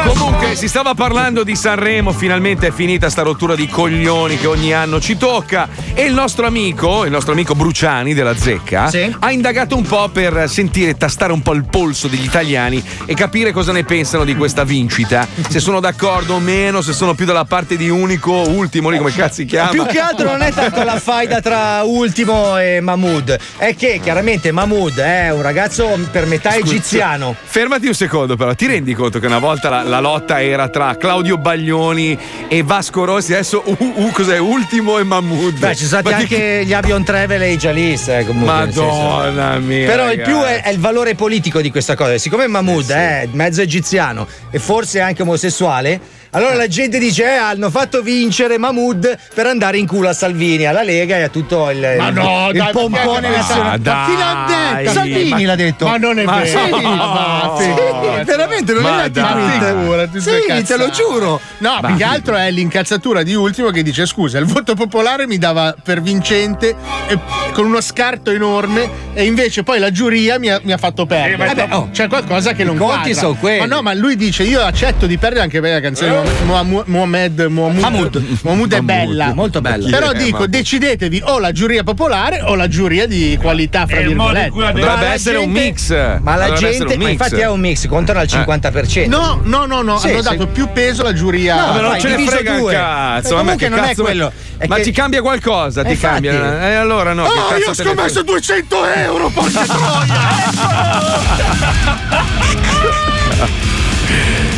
Comunque si stava parlando di Sanremo, finalmente è finita sta rottura di coglioni che ogni anno ci tocca e il nostro amico, il nostro amico Bruciani della Zecca ha indagato un po' per sentire tastare un po' il polso degli italiani e capire cosa ne pensano di questa vincita, se sono d'accordo o meno, se sono più dalla parte di unico, ultimo lì come cazzo si chiama. Più che altro non è tanto la faida tra Ultimo e Mahmood, è che chiaramente Mahmood è un ragazzo per metà egiziano. Fermati un secondo, però, ti rendi conto che una volta la, la lotta era tra Claudio Baglioni e Vasco Rossi, adesso uh, uh, cos'è? Ultimo e Mahmood. Beh, ci sono stati Ma di anche gli Avion Travel e i Jalis, eh, comunque. nel senso. Madonna mia. Però il ragazzi. più è, è il valore politico di questa cosa. Siccome Mahmood è mezzo egiziano e forse anche omosessuale, allora la gente dice: eh, hanno fatto vincere Mahmood per andare in culo a Salvini, alla Lega e a tutto il, Ma il- no, il dai, pompone ma nazionale. dai. chi l'ha detto? Ma- Salvini l'ha detto. ma non è Ma vero. sì, Ma- sì, sì, veramente non ma è detto dai. Figurati, Sì, sta te lo cazzata. giuro. No, Ma- più che altro è l'incazzatura di Ultimo che dice scusa, il voto popolare mi dava per vincente e- con uno scarto enorme e invece poi la giuria mi ha, mi ha fatto perdere. Eh beh, oh, c'è qualcosa che non conti quadra. sono quelli. Ma no, ma lui dice io accetto di perdere anche per la canzone di Mohamed Mohamed Mohamed Mohamed è bella. Molto bella. Però Eh, dico, ma- decidetevi o la giuria popolare o la giuria di qualità, fra virgolette. Ma la gente- Ma la gente, ma infatti è un mix, contano al 50%. No, no, no, no, Sì, hanno sì. dato più peso alla giuria. No, Ma non fai, ce ne diviso frega un due. cazzo. Ma vabbè, comunque che non è cazzo- quello, è ma che- ti cambia qualcosa? Eh, Ti infatti. cambia. E allora no. che Ah, io cazzo ho te ne frega? scommesso 200 euro, porca troia!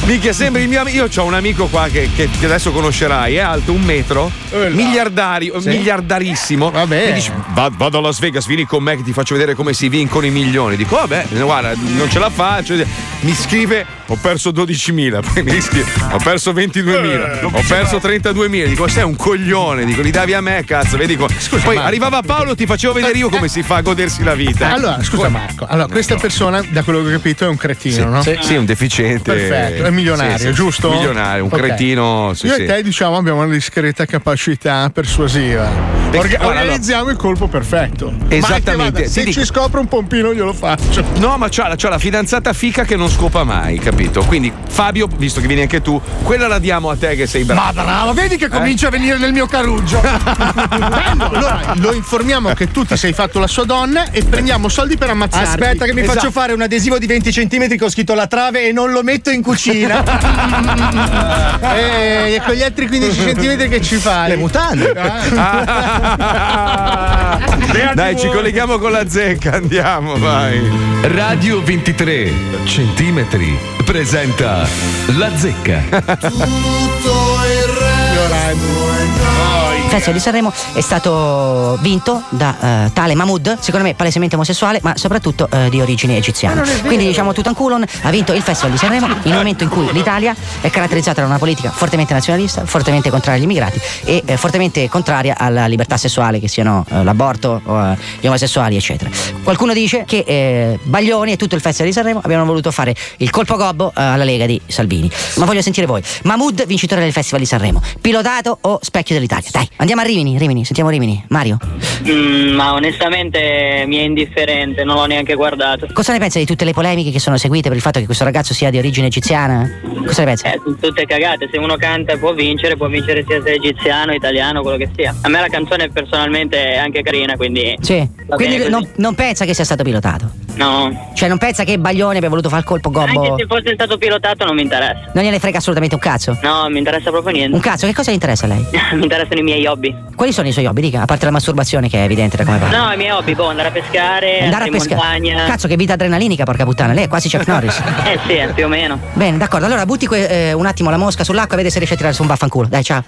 Minchia, sembri il mio amico. Io ho un amico qua che, che- che adesso conoscerai, è alto un metro, Eh miliardario, miliardarissimo. Mi dice, "Va- vado a Las Vegas, vieni con me che ti faccio vedere come si vincono i milioni. Dico, vabbè, guarda, non ce la faccio. Mi scrive, ho perso 12.000, poi mi scrive, ho perso Eh, 22.000, ho perso 32.000. Dico, sei un coglione, dico, li davi a me, cazzo, vedi co-". Poi ma- arrivava Paolo, ti facevo vedere io come si fa a godersi la vita. Allora, scusa Marco, allora, questa persona, da quello che ho capito, è un cretino, Sì, no? sì, sì, è un deficiente. Perfetto, è milionario, eh, Sì, sì, giusto? Milionario, un Ok. cretino. Sì, Io sì. e te, diciamo, abbiamo una discreta capacità persuasiva. Orga- guarda, organizziamo il colpo perfetto. Ma che Esattamente, vada, ti Se dico- ci scopre un pompino, glielo faccio. No, ma c'ha, la- c'ha la fidanzata fica che non scopa mai, capito? Quindi, Fabio, visto che vieni anche tu, quella la diamo a te che sei bravo. Ma bravo, vedi Eh. che comincia a venire nel mio caruggio. Allora, lo informiamo che tu ti sei fatto la sua donna e prendiamo soldi per ammazzarti. Esatto. Aspetta, che mi faccio fare un adesivo di 20 cm con scritto la trave e non lo metto in cucina. Eh, e con gli altri 15 centimetri che ci fai? Eh? Le mutande. Eh? Dai, ci colleghiamo con la zecca, andiamo, vai. Radio 23 centimetri presenta La Zecca. Il Festival di Sanremo è stato vinto da eh, tale Mahmood, secondo me palesemente omosessuale, ma soprattutto eh, di origine egiziana. Quindi diciamo Tutankhamon ha vinto il Festival di Sanremo in un momento in cui l'Italia è caratterizzata da una politica fortemente nazionalista, fortemente contraria agli immigrati e eh, fortemente contraria alla libertà sessuale, che siano eh, l'aborto o eh, gli omosessuali, eccetera. Qualcuno dice che eh, Baglioni e tutto il Festival di Sanremo abbiano voluto fare il colpo gobbo eh, alla Lega di Salvini. Ma voglio sentire voi. Mahmood, vincitore del Festival di Sanremo, pilotato o specchio dell'Italia? Dai, andiamo a Rimini, Rimini, sentiamo Rimini. Mario, Mm, ma onestamente mi è indifferente, non l'ho neanche guardato. cosa ne pensa di tutte le polemiche che sono seguite per il fatto che questo ragazzo sia di origine egiziana? Cosa ne pensa? Tutte cagate, se uno canta può vincere, può vincere sia se è egiziano, italiano, quello che sia. A me la canzone personalmente è anche carina, quindi... Sì, Va bene quindi così. non, non pensa che sia stato pilotato. No. Cioè non pensa che Baglioni abbia voluto fare il colpo gobbo. Anche se fosse stato pilotato non mi interessa. Non gliene frega assolutamente un cazzo. No, mi interessa proprio Un niente. cazzo, che cosa le interessa a lei? mi interessano i miei hobby. Quali sono i suoi hobby, dica? A parte la masturbazione che è evidente da come parla. No, i miei hobby, boh, andare a pescare, Andare a in pescare. montagna. Cazzo, che vita adrenalinica, porca puttana. Lei è quasi Chuck Norris. Eh sì, eh, più o meno. Bene, d'accordo. Allora butti que- eh, un attimo la mosca sull'acqua e vedi se riesci a tirare su un vaffanculo. Dai, ciao.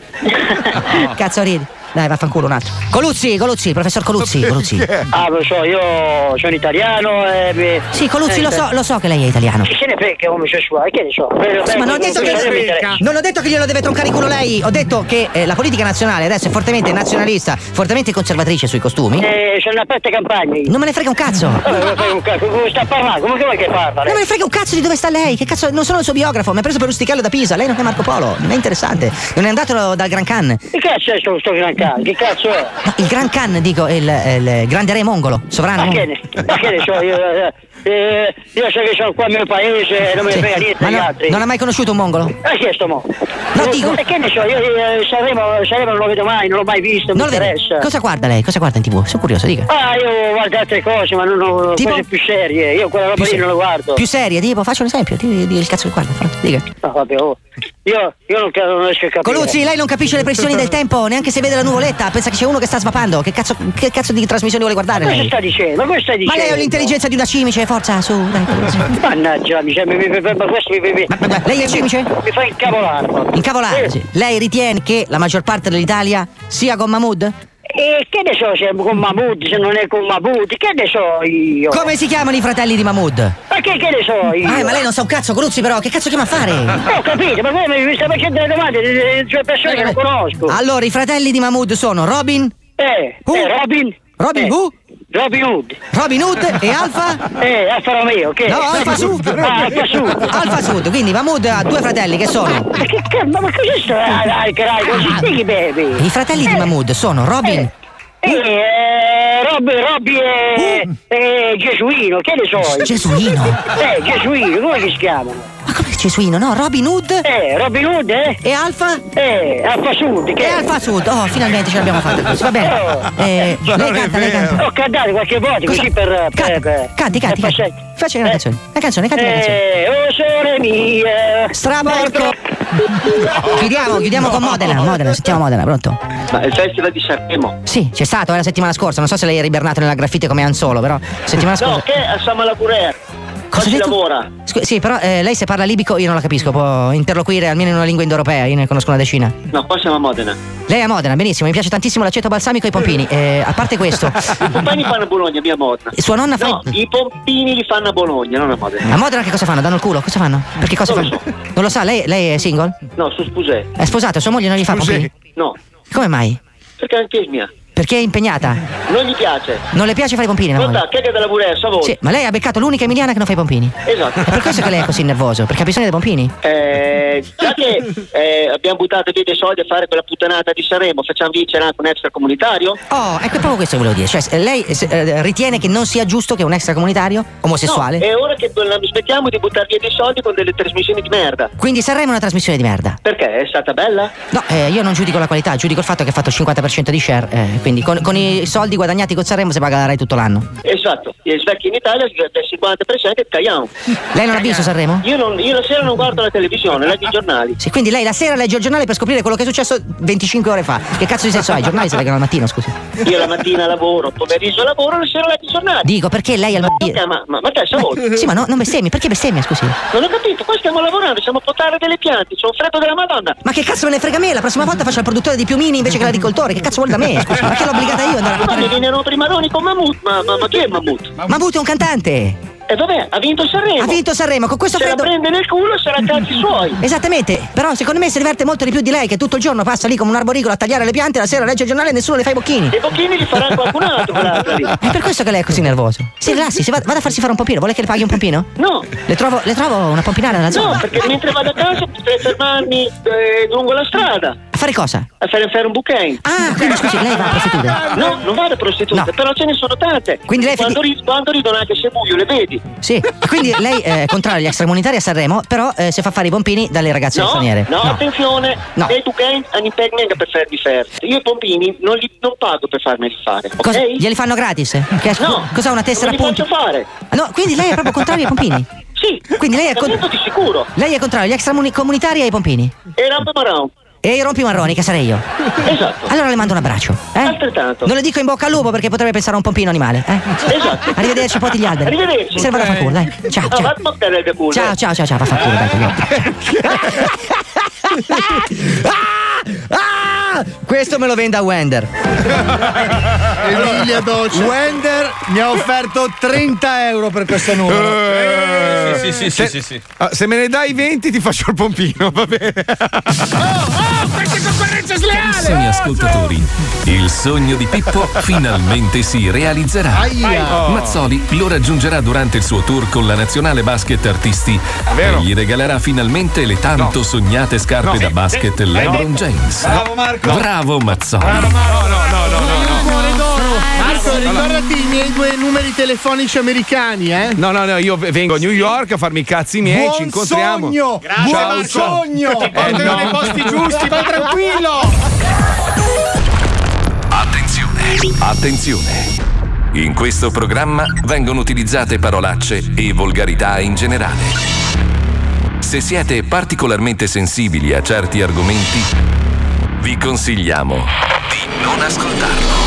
Cazzo ridi. Dai, vaffanculo un altro. Coluzzi, Coluzzi, il professor Coluzzi, Coluzzi. Ah, lo so, io sono italiano e... Mi... Sì, Coluzzi, Eh, lo so, lo so che lei è italiano. Chi se ne frega che è omosessuale? Che ne so? Quello- Sì, ma non ho, detto che, quello mi interessa. non ho detto che glielo deve troncare in culo lei, ho detto che eh, la politica nazionale adesso è fortemente nazionalista, fortemente conservatrice sui costumi. Eh, sono una parte campagna. Eh, Non me ne frega un cazzo. Vabbè, come fai un cazzo? Come sta parlando? Come che vuoi che parla? Non me ne frega un cazzo di dove sta lei, che cazzo, non sono il suo biografo, mi ha preso per Rustichello da Pisa, lei non è Marco Polo, non è interessante, non è andato dal Gran Can. Che cazzo è sto, sto gran cane? Che cazzo è? No, il Gran Khan, dico, il, il grande re mongolo, sovrano. Ma che ne, ma che ne so io? eh, eh, io so che sono qua al mio paese, non me ne Sì. frega niente Ma degli no, altri. non ha mai conosciuto un mongolo? Ma chi è sto mo? No, dico- E che ne so, io eh, Sanremo, Sanremo non lo vedo mai, non l'ho mai visto, Non mi lo vede. interessa. Cosa guarda lei? Cosa guarda in tv? Sono curioso, dica. Ah, io guardo altre cose, ma non ho Tipo? cose più serie. Io quella roba Più lì serie. non la guardo. Più serie, tipo, faccio un esempio, di, di- il cazzo che guarda, fa- dica. Ah, vabbè, oh. Io, io non, non riesco a capire. Coluzzi, lei non capisce le pressioni del tempo, neanche se vede la nuvoletta, pensa che c'è uno che sta svapando. Che cazzo, che cazzo di trasmissione vuole guardare Ma cosa lei? sta dicendo? Ma cosa stai Ma dicendo? lei ha l'intelligenza di una cimice, forza, su, dai, Coluzzi. Mannaggia la miseria, mi, mi, mi, ma questo mi, mi, mi, Lei è cimice? mi fa incavolare. Incavolare, sì. Lei ritiene che la maggior parte dell'Italia sia con Mahmood? E che ne so se è con Mahmood, se non è con Mahmood, che ne so io? Come si chiamano i fratelli di Mahmood? Ma che, che ne so io? Eh, ma lei non sa un cazzo, Coluzzi, però, che cazzo chiama a fare? Eh, Ho capito, ma voi mi, mi state facendo delle domande di- di di- cioè persone che non conosco. Eh, Allora, i fratelli di Mahmood sono Robin. Eh, eh, Robin. Robin Eh, who? Robin Hood. Robin Hood e Alfa? Eh, Alfa Romeo, che? No, Alfa Sud. Ah, Alfa Sud. Ah, Alfa Sud, quindi Mahmood ha due fratelli che sono. Ma che cazzo, ma cosa sto? Ah, dai, che dai, così stighi, baby. I fratelli di Mahmood sono Robin. Eh, eh, Rob, Robby e, e Gesuino, che ne so? io? Oh. Gesuino? Eh, Gesuino, come si chiamano? Ma com'è Gesuino, no? Robin Hood? Eh, Robin Hood, eh? E Alfa? Eh, Alfa Sud, che? E Alfa Sud. Oh, finalmente ce l'abbiamo fatta. Coluzzi, Va bene. Eh, lei canta, lei canta. Oh. Ho cantato qualche volta così per... per, per Canti, canti, canti. Faccia una canzone. Una canzone, canti una canzone. eh, oh sole mia Straborco. ecco. Chiudiamo, chiudiamo con Modena. Modena, sentiamo Modena, pronto? Ma il festival di Sanremo. Sì, c'è stato eh, la settimana scorsa. Non so se lei è ribernato nella graffite come Anzolo, però settimana No, scorsa. che a Samalapurè. Cosa ci hai detto? lavora. Scu- sì, però eh, lei se parla libico io non la capisco, può interloquire almeno in una lingua indoeuropea, io ne conosco una decina. No, qua siamo a Modena. Lei è a Modena, benissimo, mi piace tantissimo l'aceto balsamico e i pompini. Eh, a parte questo, I pompini fanno a Bologna, mia Modena. sua nonna fa... No, i pompini li fanno a Bologna, non a Modena. A Modena che cosa fanno? Danno il culo? Cosa fanno? Perché cosa Non lo fanno? Non lo sa, lei, lei è single? No, su Spusè. È sposato, sua moglie non gli fa pompini? No, Come mai? perché anche il mia. Perché è impegnata? Non gli piace. Non le piace fare i pompini? la moglie? Guarda, che che della pure a voi. Sì, ma lei ha beccato l'unica emiliana che non fa i pompini. Esatto. È per questo che lei è così nervoso, perché ha bisogno dei pompini? Eh, già che eh, abbiamo buttato via dei soldi a fare quella puttanata di Sanremo, facciamo vincere anche un extracomunitario? Oh, ecco proprio questo che volevo dire. Cioè, se- lei eh, se- eh, ritiene che non sia giusto che un extracomunitario omosessuale? No, è ora che non smettiamo di buttare via dei soldi con delle trasmissioni di merda. Quindi Sanremo è una trasmissione di merda. Perché è stata bella? No, eh, io non giudico la qualità, giudico il fatto che ha fatto il 50% di share. eh, quindi con, con i soldi guadagnati con Sanremo si paga la Rai tutto l'anno. Esatto, e svecchi in Italia del 50% e caiamo. Lei non ha visto Sanremo? Io, non- io la sera non guardo la televisione, leggo i giornali. Sì, quindi lei la sera legge il giornale per scoprire quello che è successo 25 ore fa. Che cazzo di senso ha? I giornali si leggono la mattina, scusi. Io la mattina lavoro, pomeriggio lavoro, la sera leggo i giornali. Dico, perché lei al mattino. Ma, Eh, ma, ma, ma te sei Ma- voi? eh, Sì, ma no, non bestemmia, perché bestemmia, scusi? Non ho capito, qua stiamo lavorando, stiamo a potare delle piante, c'è un freddo della Madonna. Ma che cazzo me ne frega a me? La prossima volta faccio il produttore di piumini invece che l'agricoltore. Che cazzo vuol da me? Scusi, perché l'ho obbligata io ad andare a Ah, Ma mi potare? viene Nopri Maroni con Mammut, ma, ma, ma chi è Mammut? Ma Buto è un cantante! E Eh, vabbè, ha vinto Sanremo. Ha vinto Sanremo, con questo Se la freddo. prende nel culo e se la cazzi suoi. Esattamente, però secondo me si diverte molto di più di lei che tutto il giorno passa lì come un arboricolo a tagliare le piante, la sera legge il giornale e nessuno le fa i bocchini. I bocchini li farà qualcun altro, quell'altra lì. È per questo che lei è così nervoso. Si rilassi, si va- vada a farsi fare un pompino. Vuole che le paghi un pompino? No. Le trovo, le trovo una pompinara nella zona. No, perché mentre vado a casa potrei fermarmi eh, lungo la strada A fare cosa? a fare, fare un bouquet. Ah, quindi scusi, lei va a prostituta. No, non vado prostituta, però ce ne sono tante. Quindi lei quando, ri- quando ridono anche se buio, le vedi? Sì, e quindi lei eh, è contrario agli extracomunitari a Sanremo, però eh, si fa fare i pompini dalle ragazze No, straniere. no, attenzione, Cioè, No. dei bouquet hanno impegno per farmi fare. Io i pompini non, li, non pago per farmi fare, ok? Cosa- glieli fanno gratis? Che, No, cos'ha una tessera non li punti? faccio fare. Ah, No, quindi lei è proprio contrario ai pompini? Sì, Quindi lei è, con- sono di sicuro. lei è contrario agli extracomunitari e ai pompini? E Rambo Marron, E i rompi marroni, che sarei io. esatto, Allora le mando un abbraccio. eh? altrettanto. Non le dico in bocca al lupo perché potrebbe pensare a un pompino animale. eh? Esatto. Arrivederci, poti gli alberi. Arrivederci. Se ne vada a far culo, dai. Ciao, No, ciao. vado a buttare il culo. Ciao, ciao, ciao, ciao, va a far culo, dai, coglione. Ah! Questo me lo vende a Wender. Emilia Doce. Wender mi ha offerto 30 euro per questo numero. Sì, sì, sì, sì, Eh. Se me ne dai 20 ti faccio il pompino, va bene. ah, Concorrenza Carissimi sleale! ascoltatori, il sogno di Pippo finalmente si realizzerà. Aia. Mazzoli lo raggiungerà durante il suo tour con la nazionale basket artisti e gli regalerà finalmente le tanto sognate scarpe da Eh, basket LeBron James. Bravo, Marco. Bravo Mazzoli. Cuore d'oro. Marco, ricordati i miei due numeri telefonici americani, eh? No, no, no, io vengo a New York a farmi i cazzi miei, Buon ci incontriamo. sogno! Grazie, Ciao, Marco. ciao. Sogno! Ti Eh, portano no. nei posti giusti, vai tranquillo! Attenzione, attenzione. In questo programma vengono utilizzate parolacce e volgarità in generale. Se siete particolarmente sensibili a certi argomenti, vi consigliamo di non ascoltarlo.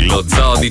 Lo Zoo di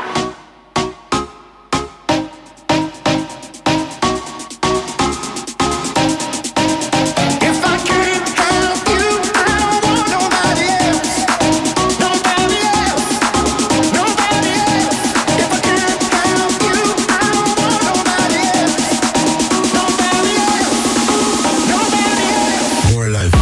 If I couldn't help you, I don't want nobody else. Nobody else. Nobody else. If I couldn't help you, I don't want nobody else. Nobody else. Nobody else. More life.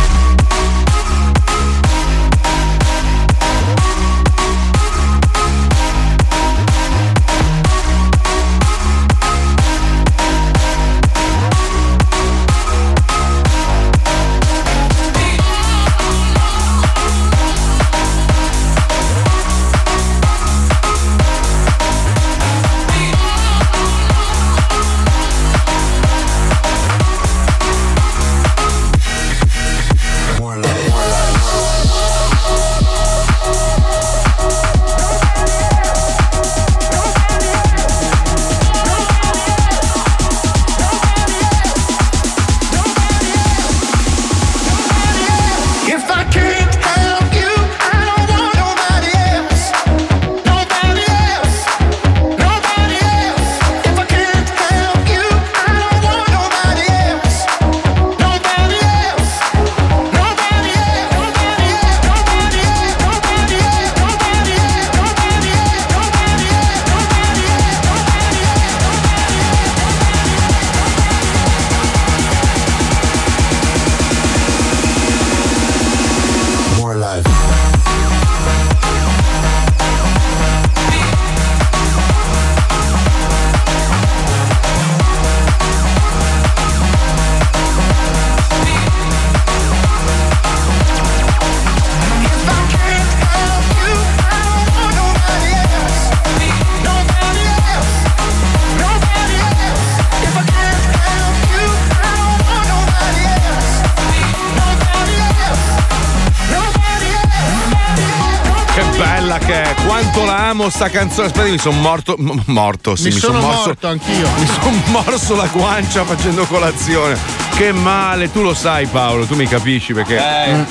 perché quanto la amo sta canzone. Aspetta, mi sono morto. m- morto, sì, mi, mi sono son morso- morto anch'io. Mi sono morso la guancia facendo colazione. Che male, tu lo sai Paolo, tu mi capisci perché Eh. Mm,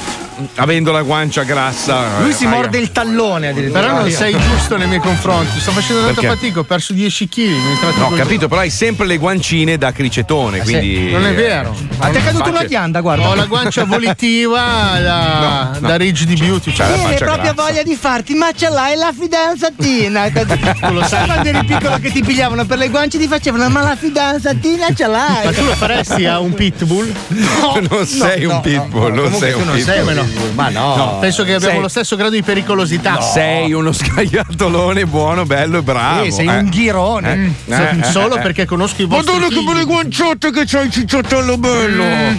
avendo la guancia grassa. eh, Lui si Ah, raga. morde il tallone addirittura. Però non sei giusto nei miei confronti. Sto facendo tanta Perché? fatica, ho perso 10 kg. mi tratti No, ho così. capito, però hai sempre le guancine da cricetone, quindi. Eh, eh, Non è vero. Ma Non- facce- Ho la guancia volitiva da, No, no. da Rigid Beauty. C'ha la cioè. faccia Hai proprio voglia di farti macellare la fidanzatina. tu lo sai. quando eri piccolo che ti pigliavano per le guance ti facevano ma la fidanzatina ce l'hai. Ma tu lo faresti a un pitbull? No, non sei un pitbull, non sei un pitbull. ma no. No. Penso che abbiamo Sei- lo stesso grado di pericolosità. Sei uno scagliatolone buono, bello e bravo. Sì, sei eh. un ghirone. Eh, Se- eh, eh, solo eh. perché conosco i vostri Madonna, figli. che belle guanciotte che c'hai il cicciottello bello. Eh,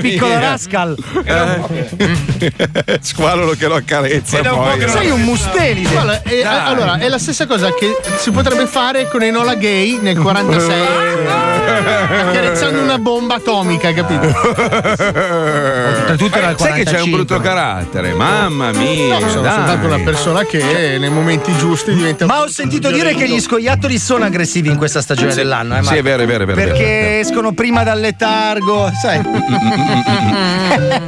piccolo mia. Rascal. Ah. Eh. Squalo che lo accarezza. poi, eh. Sei un mustelide. Guarda, è- Dai. allora, è la stessa cosa che si potrebbe fare con Enola Gay nel 46 Ah, accarezzando una bomba atomica, capito? Oltretutto era il Sai che c'è 45. un brutto carattere, mamma mia. No, sono dai. soltanto una persona che nei momenti giusti diventa. Ma ho sentito dire che gli scoiattoli sono aggressivi in questa stagione Sì. dell'anno, eh, Sì, Marco? è vero, è vero, è vero, Mm, è vero, Perché è escono prima dal letargo, sai?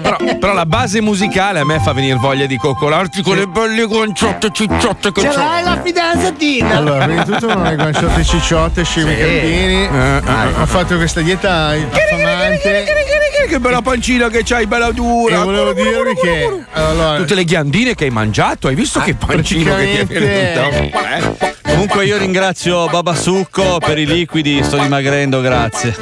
però, però la base musicale a me fa venire voglia di coccolarti con le belle guanciotte cicciotte che Ce c'ho. l'hai la fidanzatina. Allora, prima di tutto non hai guanciotte cicciotte, scemi Sì. cardini. Eh, Ha fatto questa dieta affamante. Che bella pancina che c'hai, bella dura. E volevo dirvi che allora, eh, Tutte le ghiandine che hai mangiato, hai visto che pancino che ti è praticamente- venuto? Eh? Comunque io ringrazio Babasucco per i liquidi, sto dimagrendo, grazie.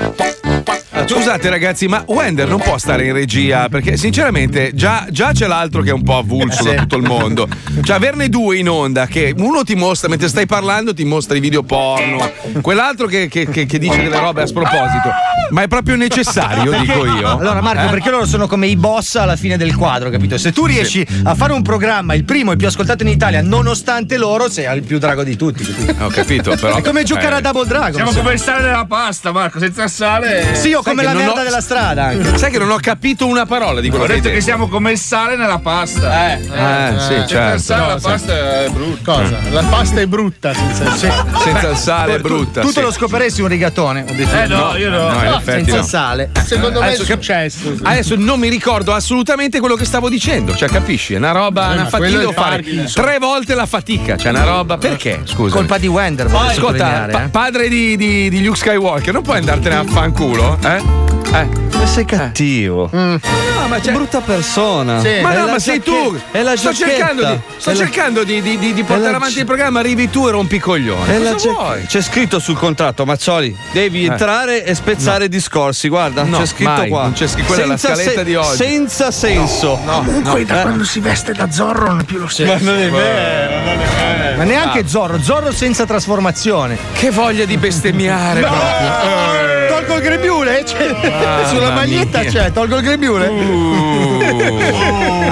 Ah, Scusate ragazzi, ma Wender non può stare in regia perché sinceramente già, già c'è l'altro che è un po' avulso Eh, da tutto il mondo. Cioè averne due in onda che uno ti mostra mentre stai parlando ti mostra i video porno, quell'altro che, che- che- che dice delle robe a sproposito. Ma è proprio necessario, Perché- dico io. Allora, Marco, Eh? perché loro sono come i boss alla fine del quadro, capito? Se tu riesci a fare un programma, il primo e più ascoltato in Italia, nonostante loro, sei il più drago di tutti. capito? Ho capito, però. Eh. È come giocare a Double Dragon. Siamo insomma. come il sale della pasta, Marco, senza sale. Sì, o Sai come che la non merda ho- della strada. Anche. Sai che non ho capito una parola di quello Ho che hai detto che detto. siamo come il sale nella pasta. Eh, eh, sì, Senza certo. il sale No, la sì. pasta è brutta. Cosa? La pasta è brutta senza il sale. Senza il sale è brutta. Tu te sì. lo scoperesti un rigatone? Eh, no, io no. No, in effetti senza no. sale. Secondo me è Adesso che- Cioè, successo. sì. Adesso non mi ricordo assolutamente quello che stavo dicendo, cioè capisci? È una roba, Eh, una ma quello fatica. è Devo fare Parkinson. tre volte la fatica, cioè una roba. Perché? Scusa. Colpa di Wender. voglio Ascolta, sottolineare, pa- eh. padre di, di- di Luke Skywalker, non puoi andartene a fanculo? Eh? Eh? Mm. Sei cattivo. Brutta persona. Sì. Ma È no, la ma sei tu! giacche- È la sto giacchetta. cercando, di, sto È la- cercando di, di- di- di portare la avanti gi- il programma, arrivi tu e rompi i coglioni. è la Cosa giac- vuoi? C'è scritto sul contratto, Mazzoli. Devi Eh. entrare e spezzare discorsi. Guarda, No, c'è scritto mai, qua. non c'è scritto- quella è la Senza scaletta di oggi. Senza senso. Comunque, da Eh. quando si veste da Zorro non è più lo stesso. Ma non è vero, non è Eh, vero. Ma neanche Zorro, Zorro senza trasformazione. Ah. Eh. Che voglia di bestemmiare proprio. Tolgo il grembiule? Cioè, Mamma sulla maglietta mia. c'è, tolgo il grembiule.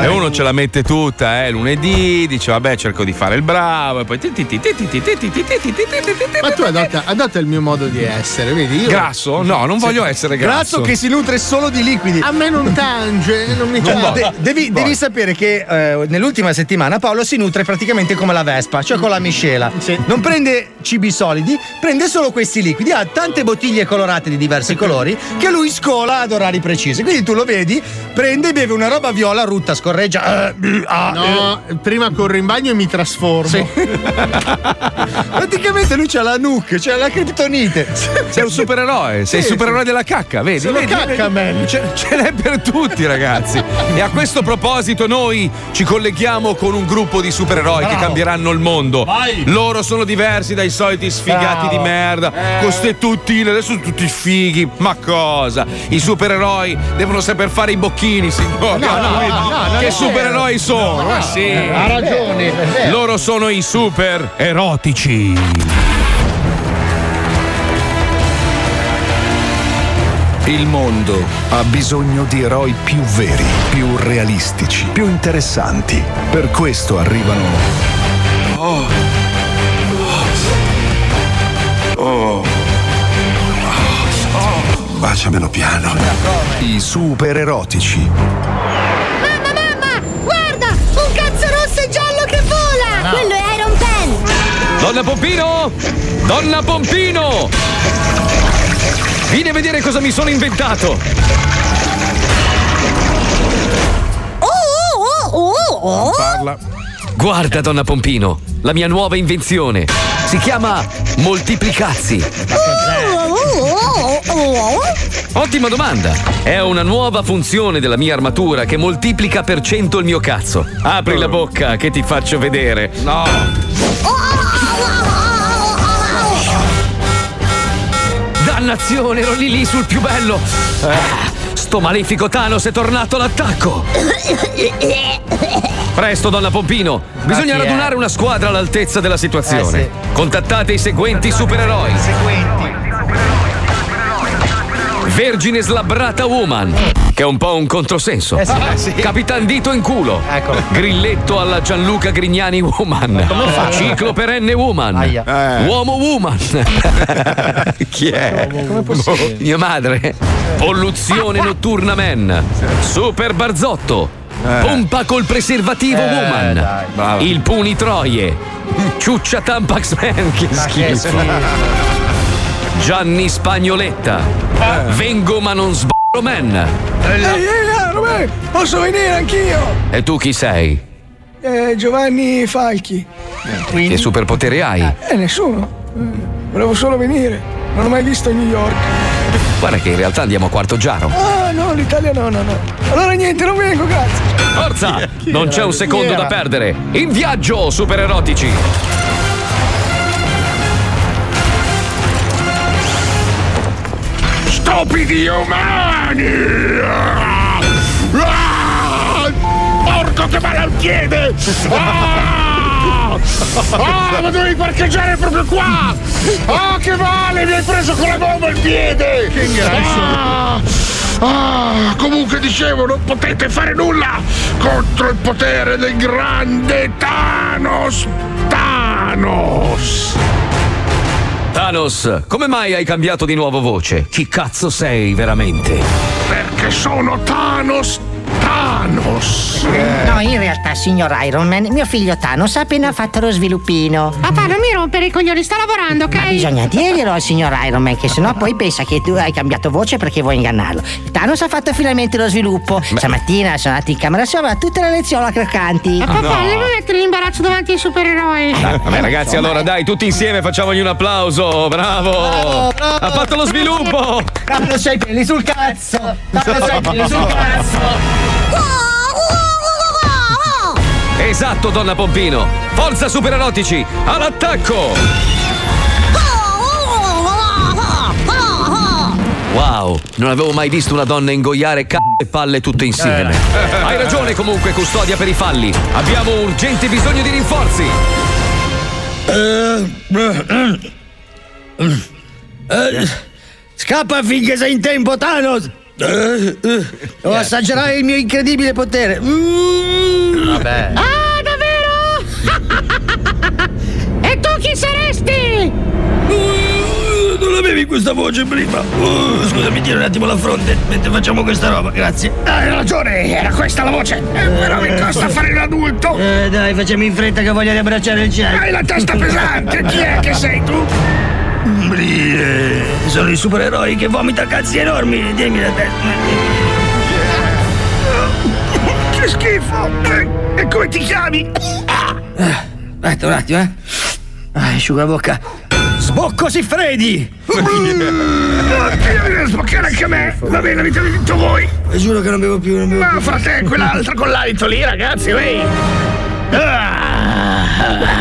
e uno ce la mette tutta, eh, lunedì, dice vabbè cerco di fare il bravo e poi ti ti ti ti ti ti ti ti ti ti ti ti ti Ma tu adotta, adotta il mio modo di essere, vedi? Io... Grasso? No, non Sì. voglio Ah, essere grasso. si nutre solo di liquidi. A me non tange, non mi Cioè, tange. de- devi, devi sapere che eh, nell'ultima settimana Paolo si nutre praticamente come la Vespa, cioè con la miscela. Non prende cibi solidi, prende solo questi liquidi. Ha tante bottiglie colorate di diversi colori che lui scola ad orari precisi. Quindi tu lo vedi, prende, beve una roba viola, rutta, scorreggia. eh, eh, ah, No, prima corro in bagno e mi trasformo. Oh, Praticamente lui c'ha la nuke, c'ha la criptonite. Sei un supereroe, sei il Sì, supereroe della cacca, vedi? Sono vedi, cacca, vedi? man. Ce, ce n'è per tutti, ragazzi. e a questo proposito, noi ci colleghiamo con un gruppo di supereroi che cambieranno il mondo. Loro sono diversi dai soliti sfigati di merda. Eh. Con ste tuttine, adesso sono tutti fighi. Ma cosa? I supereroi devono saper fare i bocchini, signori. No, no, no, no, non che è supereroi vero. sono? No, Ma no, sì. ha ragione, è vero. Loro sono i super erotici. Il mondo ha bisogno di eroi più veri, più realistici, più interessanti. Per questo arrivano. Oh. Oh. Baciamelo piano. I super erotici. Mamma, mamma, guarda! Un cazzo rosso e giallo che vola! Donna Pompino! Donna Pompino! Vieni a vedere cosa mi sono inventato! Parla. Guarda, donna Pompino, la mia nuova invenzione. Si chiama Moltiplicazzi. Ottima domanda. È una nuova funzione della mia armatura che moltiplica per cento il mio cazzo. Apri la bocca che ti faccio vedere. No. Dannazione, ero lì lì sul più bello. Ah, sto malefico Thanos è tornato all'attacco. Presto, donna Pompino. Bisogna chi è? radunare una squadra all'altezza della situazione. Eh, Contattate i seguenti supereroi. Vergine slabbrata woman, che è un po' un controsenso. Eh sì. Ah, sì. Ecco. Capitan dito in culo. Grilletto alla Gianluca Grignani woman. come fa? Ciclo perenne woman. Aia. Eh. Uomo woman. Chi è? Come possibile? Mia madre. Polluzione notturna man. Super barzotto. Pompa col preservativo Eh, woman. dai. Brava. Il punitroie. Ciuccia Tampax Man, che Ma che schifo. schifo. Eh. Gianni Spagnoletta. Vengo ma non sbaglio man. Ehi, eh, ehi, Robè, posso venire anch'io? E tu chi sei? Eh, Giovanni Falchi. Che superpotere hai? Eh, nessuno. Eh, Volevo solo venire. Non ho mai visto New York. Guarda che in realtà andiamo a quarto giaro. Ah, no, l'Italia no, no, no. Allora niente, non vengo, grazie. Forza! Non c'è un secondo da perdere. In viaggio, supererotici. Stupidi umani! Ah! Porco che male al piede! Ah! Ah, ma dovevi parcheggiare proprio qua! Ah, che male! Mi hai preso con la bomba il piede! Che ah! Ah, comunque dicevo, non potete fare nulla contro il potere del grande Thanos! Thanos! Thanos, come mai hai cambiato di nuovo voce? Chi cazzo sei veramente? Perché sono Thanos! Thanos! Eh. No, in realtà, signor Iron Man, mio figlio Thanos ha appena fatto lo sviluppino. Papà, non mi rompere i coglioni, sto lavorando, ok? Ma bisogna dirglielo al signor Iron Man, che sennò poi pensa che tu hai cambiato voce perché vuoi ingannarlo. Thanos ha fatto finalmente lo sviluppo. Stamattina sono andati in camera sua, ma tutte le lezioni croccanti. Ma papà, No. devo mettere l'imbarazzo davanti ai supereroi. Dai, vabbè ragazzi, allora dai, tutti insieme facciamogli un applauso. Bravo! Oh, Ha fatto lo sviluppo! Tanto sei peli sul cazzo! Tanto sei peli sul cazzo! Esatto, donna Pompino. Forza supererotici, all'attacco! Wow, non avevo mai visto una donna ingoiare c***o e palle tutte insieme. Hai ragione comunque, custodia per i falli. Abbiamo urgente bisogno di rinforzi. Eh, Scappa finché sei in tempo, Thanos! Eh, eh, Devo assaggerai il mio incredibile potere! Mm. Vabbè. Ah, davvero? e tu chi saresti? Non avevi questa voce prima! Uh, scusami, tira un attimo la fronte mentre facciamo questa roba, grazie! Ah, Hai ragione, era questa la voce. Eh, però mi costa fare l'adulto. Eh, dai, facciamo in fretta che voglio riabbracciare il cielo! Hai la testa pesante. Chi è che sei tu? Mm, eh, Brie, eh, sono i supereroi che vomita cazzi enormi, dimmi la testa! Che schifo. Eh, E come ti chiami? Aspetta un attimo, eh. Ah, asciuga bocca. Sbocco si freddi! Devi Eh, sboccare anche me. Va bene, avete vinto voi. Giuro che non bevo più, non bevo Ma più. frate, quell'altra con l'alito lì, ragazzi, ehi. Ah.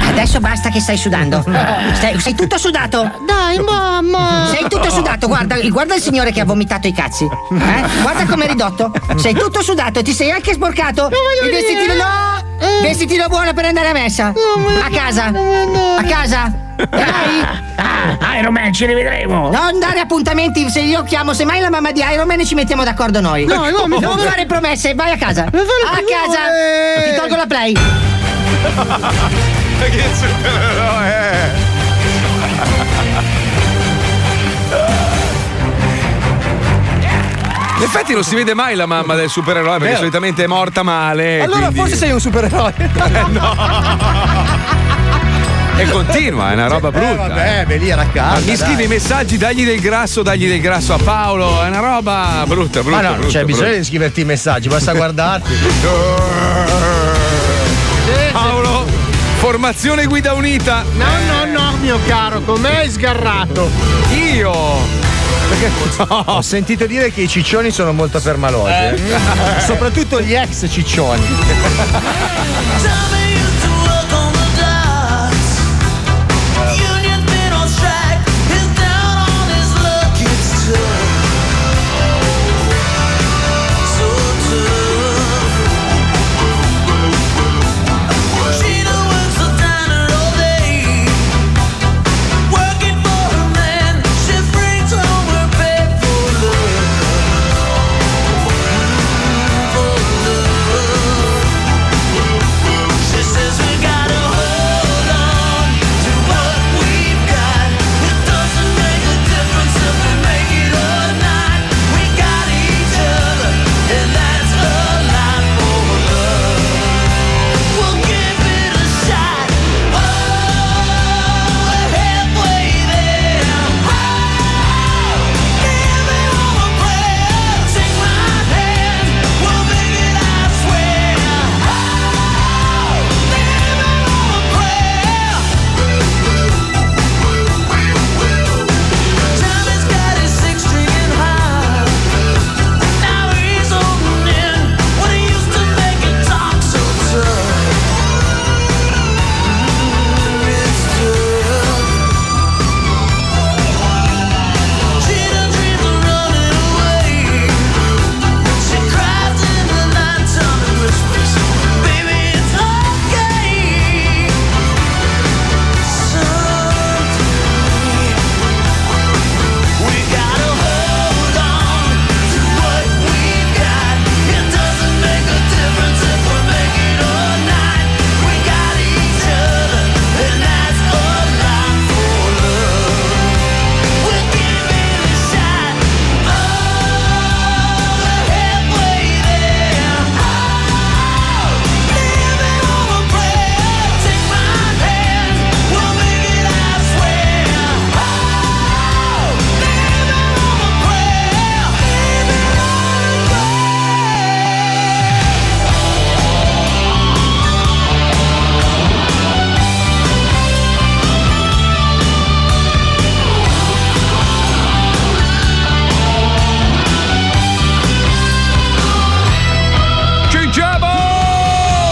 Adesso basta che stai sudando. Stai- sei tutto sudato. Dai, mamma. Sei tutto sudato, guarda, guarda il signore che ha vomitato i cazzi. Eh? Guarda com'è ridotto. Sei tutto sudato, ti sei anche sporcato. voglio Eh. Il vestitino venire. no! Vestitino buono per andare a messa. A casa. A casa. Ah, Iron Man, ci rivedremo. Non dare appuntamenti se io chiamo semmai la mamma di Iron Man e ci mettiamo d'accordo noi. No, no, mi- non fare promesse, vai a casa. A casa. Ti tolgo la play. che supereroe! In effetti non si vede mai la mamma del supereroe perché Vero. solitamente è Eh, morta male. Allora quindi- forse sei un supereroe. Eh, no. E continua, è una Eh, roba brutta. eh. vabbè, beh, lì era Ah, Ma calda, Ah, mi scrivi dai. i messaggi, dagli del grasso, dagli del grasso a Paolo, è una roba brutta, brutta. Ma no, non brutta, c'è bisogno brutta. di scriverti i messaggi, basta guardarti. Paolo, formazione guida unita. No, no, no, mio caro, con me hai sgarrato. Io! Perché ho sentito dire che i ciccioni sono molto permalosi. eh. Eh. Soprattutto gli ex ciccioni. Eh, Cinciamo!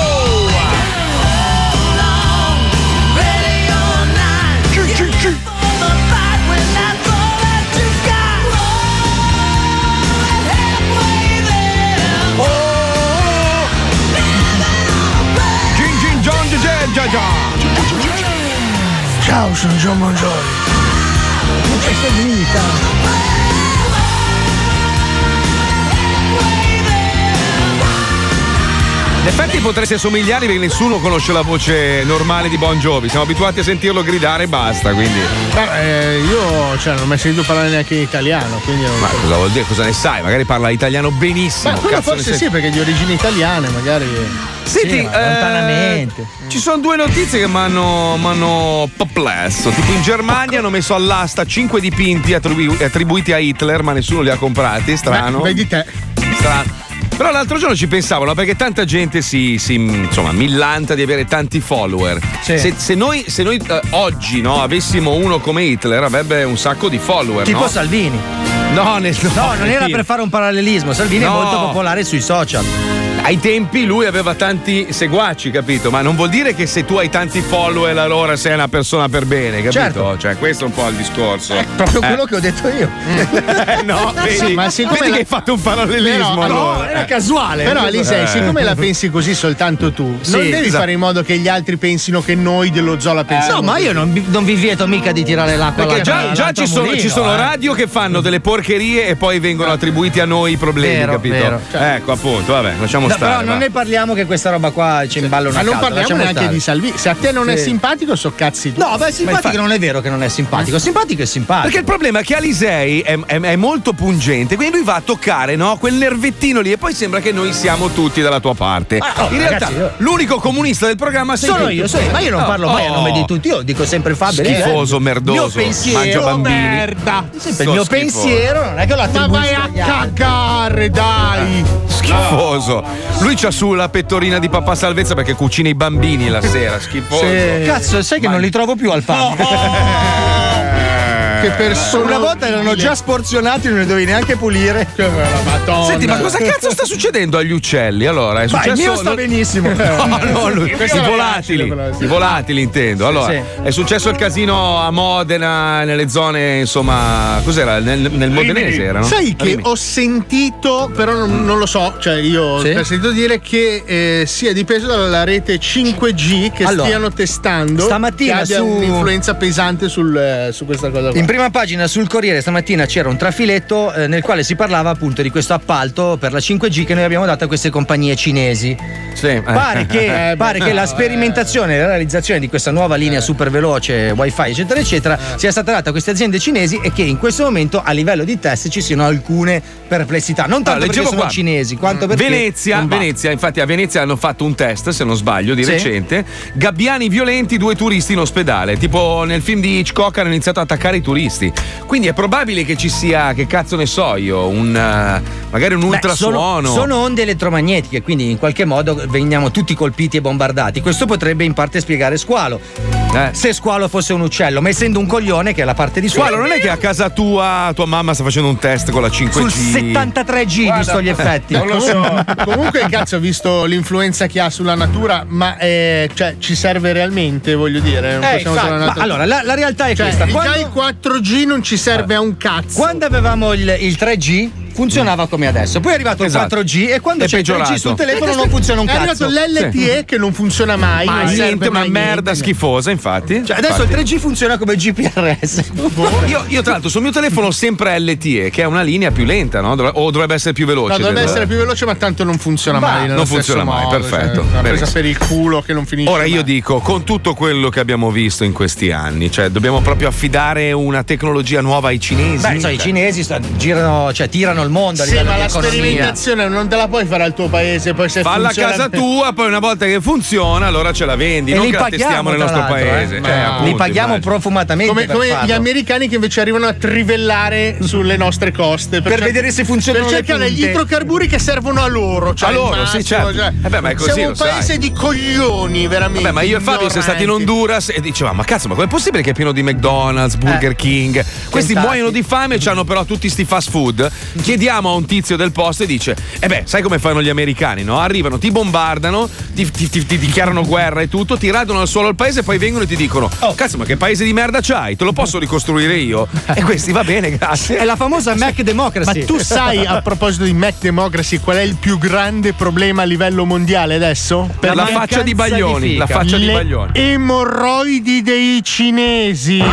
Gin Gin John Gin Gin Gin Gin. Ciao, sono John Mangioli. In effetti potresti assomigliare perché nessuno conosce la voce normale di Bon Jovi. Siamo abituati a sentirlo gridare e basta, quindi. Beh, eh, io cioè, non ho mai sentito parlare neanche in italiano, quindi. non- Ma cosa vuol dire? Cosa ne sai? Magari parla italiano benissimo. Ma quello cazzo ne forse sai? sì, perché di origini italiane, magari. Senti, Sì, ma eh, lontanamente. ci sono due notizie che mi hanno perplesso. Tipo in Germania hanno messo all'asta 5 dipinti attribu- attribuiti a Hitler, ma nessuno li ha comprati, strano. Beh, vedi te. Strano. Però l'altro giorno ci pensavo, no? perché tanta gente si, si, insomma, millanta di avere tanti follower. Se, se noi, se noi, eh, oggi no, avessimo uno come Hitler, avrebbe un sacco di follower. Tipo no? Salvini. No, nel- No, non era per fare un parallelismo. Salvini No. è molto popolare sui social. Ai tempi lui aveva tanti seguaci, capito? Ma non vuol dire che se tu hai tanti follower allora sei una persona per bene, capito? Certo. Cioè, questo è un po' il discorso. Proprio Eh. quello che ho detto io. no, vedi, Sì, ma siccome vedi la- che hai fatto un parallelismo Però- allora. no, Eh. Però Elisei, Eh. siccome la pensi così soltanto tu, Sì, non devi esatto. fare in modo che gli altri pensino che noi dello zoo Eh, la pensiamo. No, ma io non, vi- non vi vieto mica di tirare l'acqua Perché alla- già, già all'altro ci sono, mulino, ci sono eh. radio che fanno delle porcherie e poi vengono attribuiti a noi i problemi, Vero, capito? vero. cioè Ecco, appunto, vabbè, lasciamo No, stare. però non ne parliamo che questa roba qua ci imballa una Ma non calda, parliamo lasciamo neanche stare. di Salvini. Se a te non è Sì. simpatico, so cazzi tu. No, beh, simpatico Ma infa- non è vero che non è simpatico. Simpatico è simpatico. Perché il problema è che Alisei è, è- è molto pungente, quindi lui va a toccare no, quel nervettino lì e poi sembra che noi siamo tutti dalla tua parte. oh, In realtà, ragazzi, io- l'unico comunista del programma sei sono tu. io, sono io, ma io non Oh, parlo mai a oh. nome di tutti, io dico sempre Fabio. Schifoso, eh, merdoso, Il mio pensiero, mangia bambini. merda. Sempre il So mio schifoso. pensiero non è che l'ho Ma attribuisco vai a agli altri. cagare, dai! Schifoso. Lui c'ha su la pettorina di papà Salvezza perché cucina i bambini la sera. Schifoso. Cazzo, sai che non li trovo più al pan. oh. Che persona. Una volta erano già sporzionati, non ne dovevi neanche pulire. Madonna. Senti, ma cosa cazzo sta succedendo agli uccelli? Allora, è Ma il successo. mio sta no- benissimo. No, no, lui- Il mio I era volatili. facile, però, sì. I volatili intendo. Allora, sì. è successo il casino a Modena, nelle zone, insomma. Cos'era? Nel, nel modenese erano? Sai che Rimini. ho sentito, però non, non lo so, cioè io Sì? ho sentito dire che eh, sia dipeso dalla rete 5G che Allora, stiano testando. stamattina che abbia su- un'influenza pesante sul, eh, su questa cosa qua. In prima pagina sul Corriere stamattina c'era un trafiletto eh, nel quale si parlava appunto di questo appalto per la 5G che noi abbiamo dato a queste compagnie cinesi. Pare che, Eh, beh, pare che no, la sperimentazione e la realizzazione di questa nuova linea super veloce wifi eccetera eccetera Eh. sia stata data a queste aziende cinesi e che in questo momento a livello di test ci siano alcune perplessità. Non Ah, tanto perché leggevo sono qua. cinesi quanto perché... Venezia, non va. Venezia, infatti a Venezia hanno fatto un test, se non sbaglio, di Sì. recente. Gabbiani violenti, due turisti in ospedale. Tipo nel film di Hitchcock hanno iniziato ad attaccare i turisti. Quindi è probabile che ci sia, che cazzo ne so io, un eh, magari un Beh, ultrasuono. sono, sono onde elettromagnetiche, quindi in qualche modo veniamo tutti colpiti e bombardati. Questo potrebbe in parte spiegare Squalo. Se Squalo fosse un uccello, ma essendo un coglione, che è la parte di Guarda, Squalo, non è che a casa tua tua mamma sta facendo un test con la 5G. sul 73G Guarda, visto gli effetti. Non lo so. Comunque, cazzo, ho visto l'influenza che ha sulla natura, ma eh, cioè, ci serve realmente, voglio dire. Non Eh, possiamo infatti, solo andare- ma allora, la- la realtà è Cioè, questa. già Quando- il 4G non ci serve a un cazzo. Eh. Quando avevamo il, il 3G funzionava come adesso, poi è arrivato Esatto. il 4G e quando È c'è peggiorato. il 3G sul telefono Perché non funziona un è cazzo. arrivato l'LTE che non funziona mai. Ma non serve niente, una mai merda niente. schifosa, infatti. Cioè, adesso Infatti. il 3G funziona come GPRS. Io, io, tra l'altro sul mio telefono ho sempre LTE, che è una linea più lenta, no? Dovre- o dovrebbe essere più veloce. No, dovrebbe del- essere più veloce, ma tanto non funziona Ma mai. nello non funziona stesso mai, modo, perfetto. cioè, una presa Benissimo. per il culo che non finisce. Ora io mai. dico, con tutto quello che abbiamo visto in questi anni, cioè dobbiamo proprio affidare una tecnologia nuova ai cinesi? Beh, so, i Cioè, cinesi sta- girano, cioè, tirano il mondo a Sì, livello ma di la economia. sperimentazione non te la puoi fare al tuo paese. Poi se Falla a funziona- casa tua, poi una volta che funziona, allora ce la vendi. non che la testiamo nel tra nostro l'altro, paese. eh. Cioè, Ma- appunto, li paghiamo immagino. profumatamente Come, per come farlo. gli americani che invece arrivano a trivellare sulle nostre coste Per cer- vedere se funzionano Per le cercare gli punte. idrocarburi che servono a loro. Cioè A loro, il sì, massimo, certo. cioè, Eh beh, ma è così, Siamo lo un sai. paese di coglioni, veramente. Vabbè, ma io e Fabio siamo stati in ignoranti. Honduras e dicevamo: Ma cazzo, ma com'è possibile che è pieno di McDonald's, Burger Eh. King? Questi Kentucky. muoiono di fame e hanno però tutti sti fast food. Chiediamo a un tizio del posto e dice: Eh beh, sai come fanno gli americani, no? Arrivano, ti bombardano, ti, ti- ti- ti dichiarano guerra e tutto, ti radono al suolo il paese, poi vengono e ti dicono: Oh, cazzo, ma che paese di merda c'hai? Te lo posso ricostruire io? E questi va bene, grazie. È la famosa Mac Democracy. Ma tu sai a proposito di Mac Democracy qual è il più grande problema a livello mondiale adesso? Per la mancanza faccia di Baglioni, fica. la faccia di Le Baglioni. Emorroidi dei cinesi.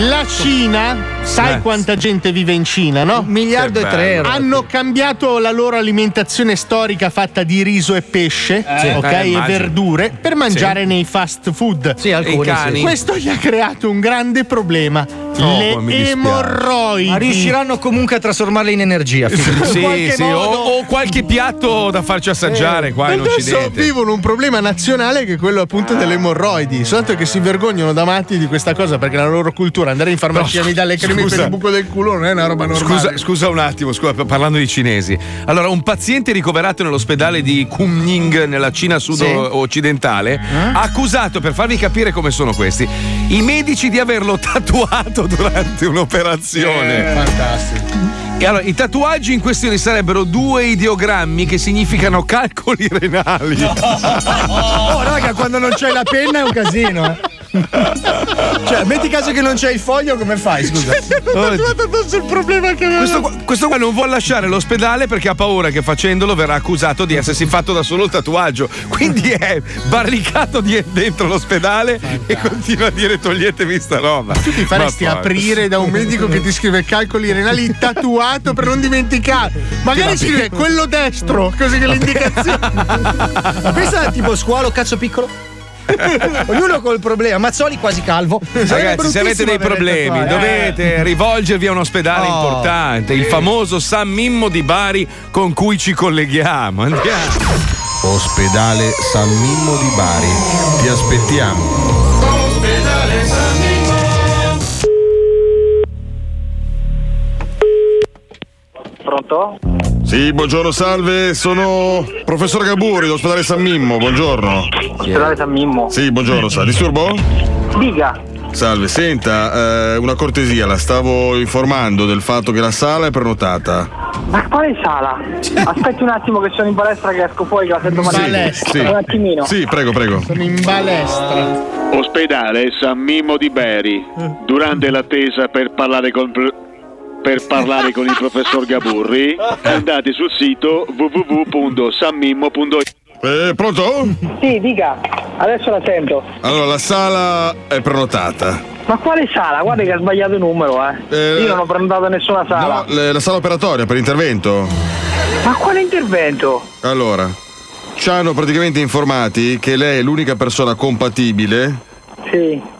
La Cina, sai Eh. quanta gente vive in Cina, no? Un miliardo Che e tre bello. euro. Hanno cambiato la loro alimentazione storica fatta di riso e pesce, Sì. ok, Eh, e immagino. verdure per mangiare nei fast food. Sì, alcuni, sì. cani. Questo gli ha creato un grande problema. ma mi le dispiace. emorroidi. Ma riusciranno comunque a trasformarle in energia. Sì, oh, sì, o, o qualche piatto da farci assaggiare qua in Adesso Occidente. vivono un problema nazionale che è quello appunto delle emorroidi. Soltanto che si vergognano da matti di questa cosa perché la loro cultura andare in farmacia No, mi dà le creme scusa. per il buco del culo non è una roba normale. Scusa, scusa un attimo, scusa, p- parlando di cinesi. Allora, un paziente ricoverato nell'ospedale di Kunming, nella Cina sud-occidentale, Eh? ha accusato, per farvi capire come sono questi, i medici di averlo tatuato durante un'operazione. Eh, fantastico. E allora, i tatuaggi in questione sarebbero due ideogrammi che significano calcoli renali. Oh, raga, quando non c'è la penna è un casino. eh. Cioè, metti caso che non c'è il foglio, come fai? Scusa. ho trovato addosso il problema che Questo qua, questo qua non vuol lasciare l'ospedale perché ha paura che facendolo verrà accusato di essersi fatto da solo il tatuaggio. Quindi è barricato di- dentro l'ospedale e continua a dire toglietevi sta roba. Tu Ti faresti aprire da un medico che ti scrive calcoli renali tatuato per non dimenticare. Magari Ti va scrive bene. quello destro, così che le indicazioni. Pensa a tipo squalo, cazzo piccolo. Ognuno col problema. Mazzoli quasi calvo. Sarebbe Ragazzi, se avete bruttissimo dei avere eh. problemi, tatuaggio. dovete rivolgervi a un ospedale Oh. importante, il famoso San Mimmo di Bari con cui ci colleghiamo. Andiamo. Ospedale San Mimmo di Bari. Ti aspettiamo. Pronto? Sì, buongiorno, salve, sono professor Gaburi dell'ospedale San Mimmo, buongiorno. Ospedale San Mimmo. Sì, buongiorno, sa, disturbo? Diga. Salve, senta, eh, una cortesia, la stavo informando del fatto che la sala è prenotata. Ma quale sala? Aspetti un attimo che sono in palestra che esco fuori che la sento male. Sì. Un attimino. Sì, prego, prego. Sono in balestra. Eh. Ospedale San Mimmo di Bari. Durante l'attesa per parlare con per parlare con il professor Eh. Gaburri, andate sul sito www.sanmimmo.it. Eh, pronto? Sì, dica. Adesso la sento. Allora, la sala è prenotata. Ma quale sala? Guarda che ha sbagliato il numero, eh. Io non ho prenotato nessuna sala. Le- la sala operatoria per intervento? Ma quale intervento? Allora, ci hanno praticamente informati che lei è l'unica persona compatibile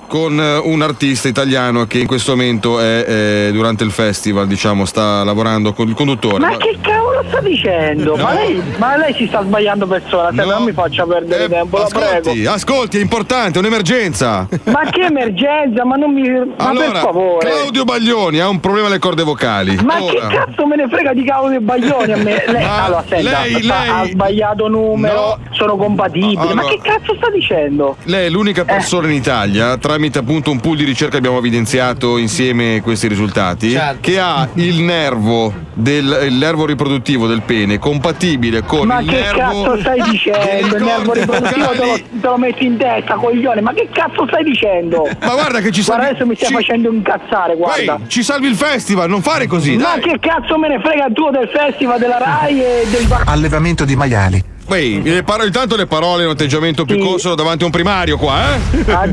con eh, un artista italiano che in questo momento è eh, durante il festival, diciamo, sta lavorando con il conduttore. Ma che cavolo sta dicendo? Ma, lei, ma lei si sta sbagliando persona, cioè, se non mi faccia perdere tempo, la prego. Eh, Ascolti, ascolti, è importante, è un'emergenza. Ma che emergenza, ma non mi. Ma per Allora, favore. Claudio Baglioni ha un problema alle corde vocali. Ma che Ora. cazzo me ne frega di cavolo di Baglioni a me? Lei, Ma allora, senta, lei- sta- lei- ha sbagliato numero, sono compatibile. Allora- Ma che cazzo sta dicendo? Lei è Eh. l'unica persona in Italia, tramite appunto un pool di ricerca abbiamo evidenziato insieme questi risultati, Certo. che ha il nervo, del, il nervo riproduttivo del pene compatibile con Ma il che nervo... cazzo stai dicendo? Il nervo riproduttivo te lo, te lo metti in testa, coglione. Ma che cazzo stai dicendo? Ma guarda che ci Guarda, salvi- adesso mi stai ci- facendo incazzare, guarda. Ehi, ci salvi il festival, non fare così! Ma dai. che cazzo me ne frega tu del festival della Rai e del Allevamento di maiali. Ehi, le paro- intanto le parole in un atteggiamento più consolo davanti a un primario qua, eh?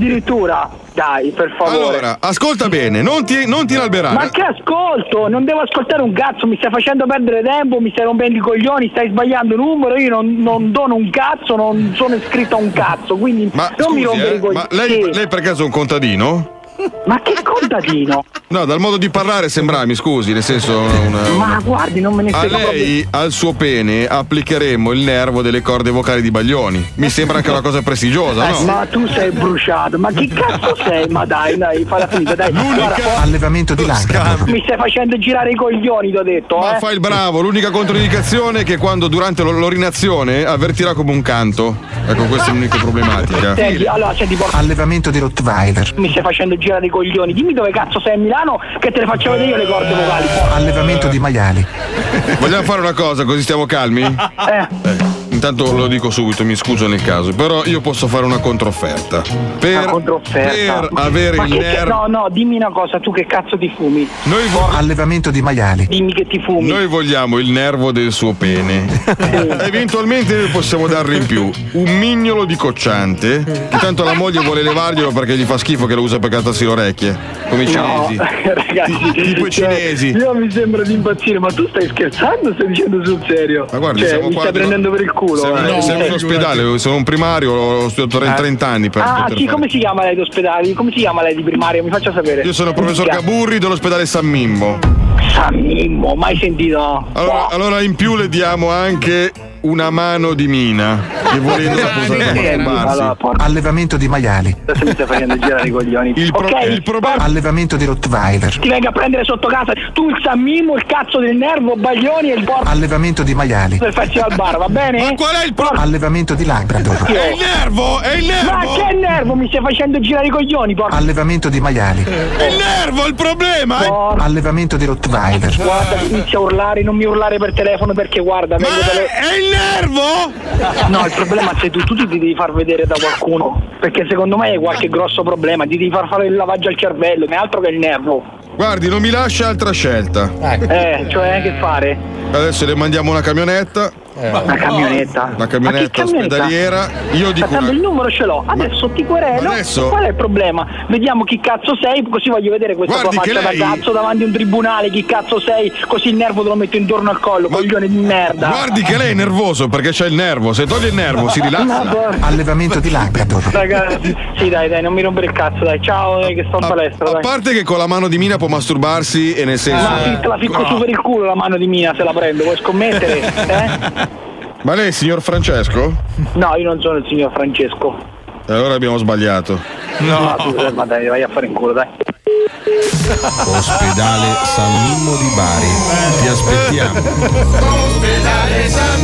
Addirittura, dai, per favore. Allora, ascolta bene, non ti, non ti inalberare. Ma che ascolto? Non devo ascoltare un cazzo, mi stai facendo perdere tempo, mi stai rompendo i coglioni, stai sbagliando numero, io non, non dono un cazzo, non sono iscritto a un cazzo, quindi non mi Scusi, rompere eh, i coglioni. ma lei, Sì. lei per caso è un contadino? Ma che contadino? No, dal modo di parlare sembravi, scusi, nel senso... una- Ma guardi, non me ne A frega proprio. lei, al suo pene, applicheremo il nervo delle corde vocali di Baglioni. Mi sembra anche una cosa prestigiosa, no? Ma tu sei bruciato, ma che cazzo sei? Ma dai, dai, fai la finita, dai. Guarda, Allevamento di lacrime. Mi stai facendo girare i coglioni, ti ho detto, Ma eh. fai il bravo, l'unica controindicazione è che quando durante l'or- l'orinazione avvertirà come un canto. Ecco, questa è l'unica problematica. Senti, allora, senti, porca- Allevamento di Rottweiler. mi stai facendo girare i coglioni. Dimmi dove cazzo sei a Milano che te le faccio vedere io le corde vocali. Allevamento di maiali. Vogliamo fare una cosa così stiamo calmi? Eh. Intanto lo dico subito, mi scuso nel caso, però io posso fare una controfferta. Per, Una per avere Ma il che ca- nervo... No, no, dimmi una cosa, tu che cazzo ti fumi? Noi Allevamento di maiali. Dimmi che ti fumi. Noi vogliamo il nervo del suo pene. Eventualmente noi possiamo dargli in più un mignolo di cocciante. Che tanto la moglie vuole levarglielo perché gli fa schifo che lo usa per cattarsi le orecchie. Come i No, cinesi. ragazzi, tipo i cioè, cinesi. Io mi sembra di impazzire, ma tu stai scherzando o stai dicendo sul serio? Ma guardi, cioè, siamo mi qua stai di- prendendo per il culo. Siamo, eh. siamo in ospedale, sono un primario, ho studiato tre- 30 anni per Ah, poter sì, fare. come si chiama lei d'ospedale? Come si chiama lei di primario? Mi faccia sapere. Io sono il professor Gabu. Gaburri dell'ospedale San Mimmo. San Mimmo, mai sentito. Allora, allora in più le diamo anche una mano di mina. Che volendo la può usare per masturbarsi. Eh, Allora, Allevamento di maiali. Adesso mi stai facendo girare i coglioni. Il, pro- eh, il problema. Allevamento di Rottweiler. Ti venga a prendere sotto casa. Tu il San Mimmo, il cazzo del nervo, Baglioni e il porco Allevamento di maiali. del festival bar, va bene? Ma qual è il porco? Allevamento di Labrador. È il nervo, è il nervo. Ma che nervo mi stai facendo girare i coglioni, porco? Allevamento di maiali. Il nervo, il problema. Allevamento di Rottweiler. Guarda, inizia a urlare, non mi urlare per telefono perché guarda, vengo dalle... È il nervo? No, il problema è se tu, tu ti devi far vedere da qualcuno. Perché secondo me è qualche grosso problema. Ti devi far fare il lavaggio al cervello, che altro che il nervo. Guardi, non mi lascia altra scelta. Eh, cioè che fare? Adesso le mandiamo una camionetta. Una camionetta. Una camionetta Ma che camionetta? ospedaliera. Io dico. Ma tanto il numero ce l'ho, adesso ti querelo. ma adesso- Qual è il problema? Vediamo chi cazzo sei, così voglio vedere questa Guardi tua che faccia lei- da cazzo davanti a un tribunale, chi cazzo sei, così il nervo te lo metto intorno al collo, coglione di merda. Guardi che lei è nervoso perché c'è il nervo. Se toglie il nervo si No, boh. rilassa. guarda. Allevamento di Labrador. Ragazzi, sì dai dai, non mi rompere il cazzo, dai. Ciao, dai, che sto in palestra, A dai. parte che con la mano di Mina può masturbarsi e nel senso. Ma sì, te la ficco su per il culo la mano di Mina se la prendo, vuoi scommettere? Eh? Ma lei è il signor Francesco? No, io non sono il signor Francesco. E Allora abbiamo sbagliato. No, tu- eh, ma dai, vai a fare in culo, dai. Ospedale San Mimmo di Bari. Ti aspettiamo. Ospedale San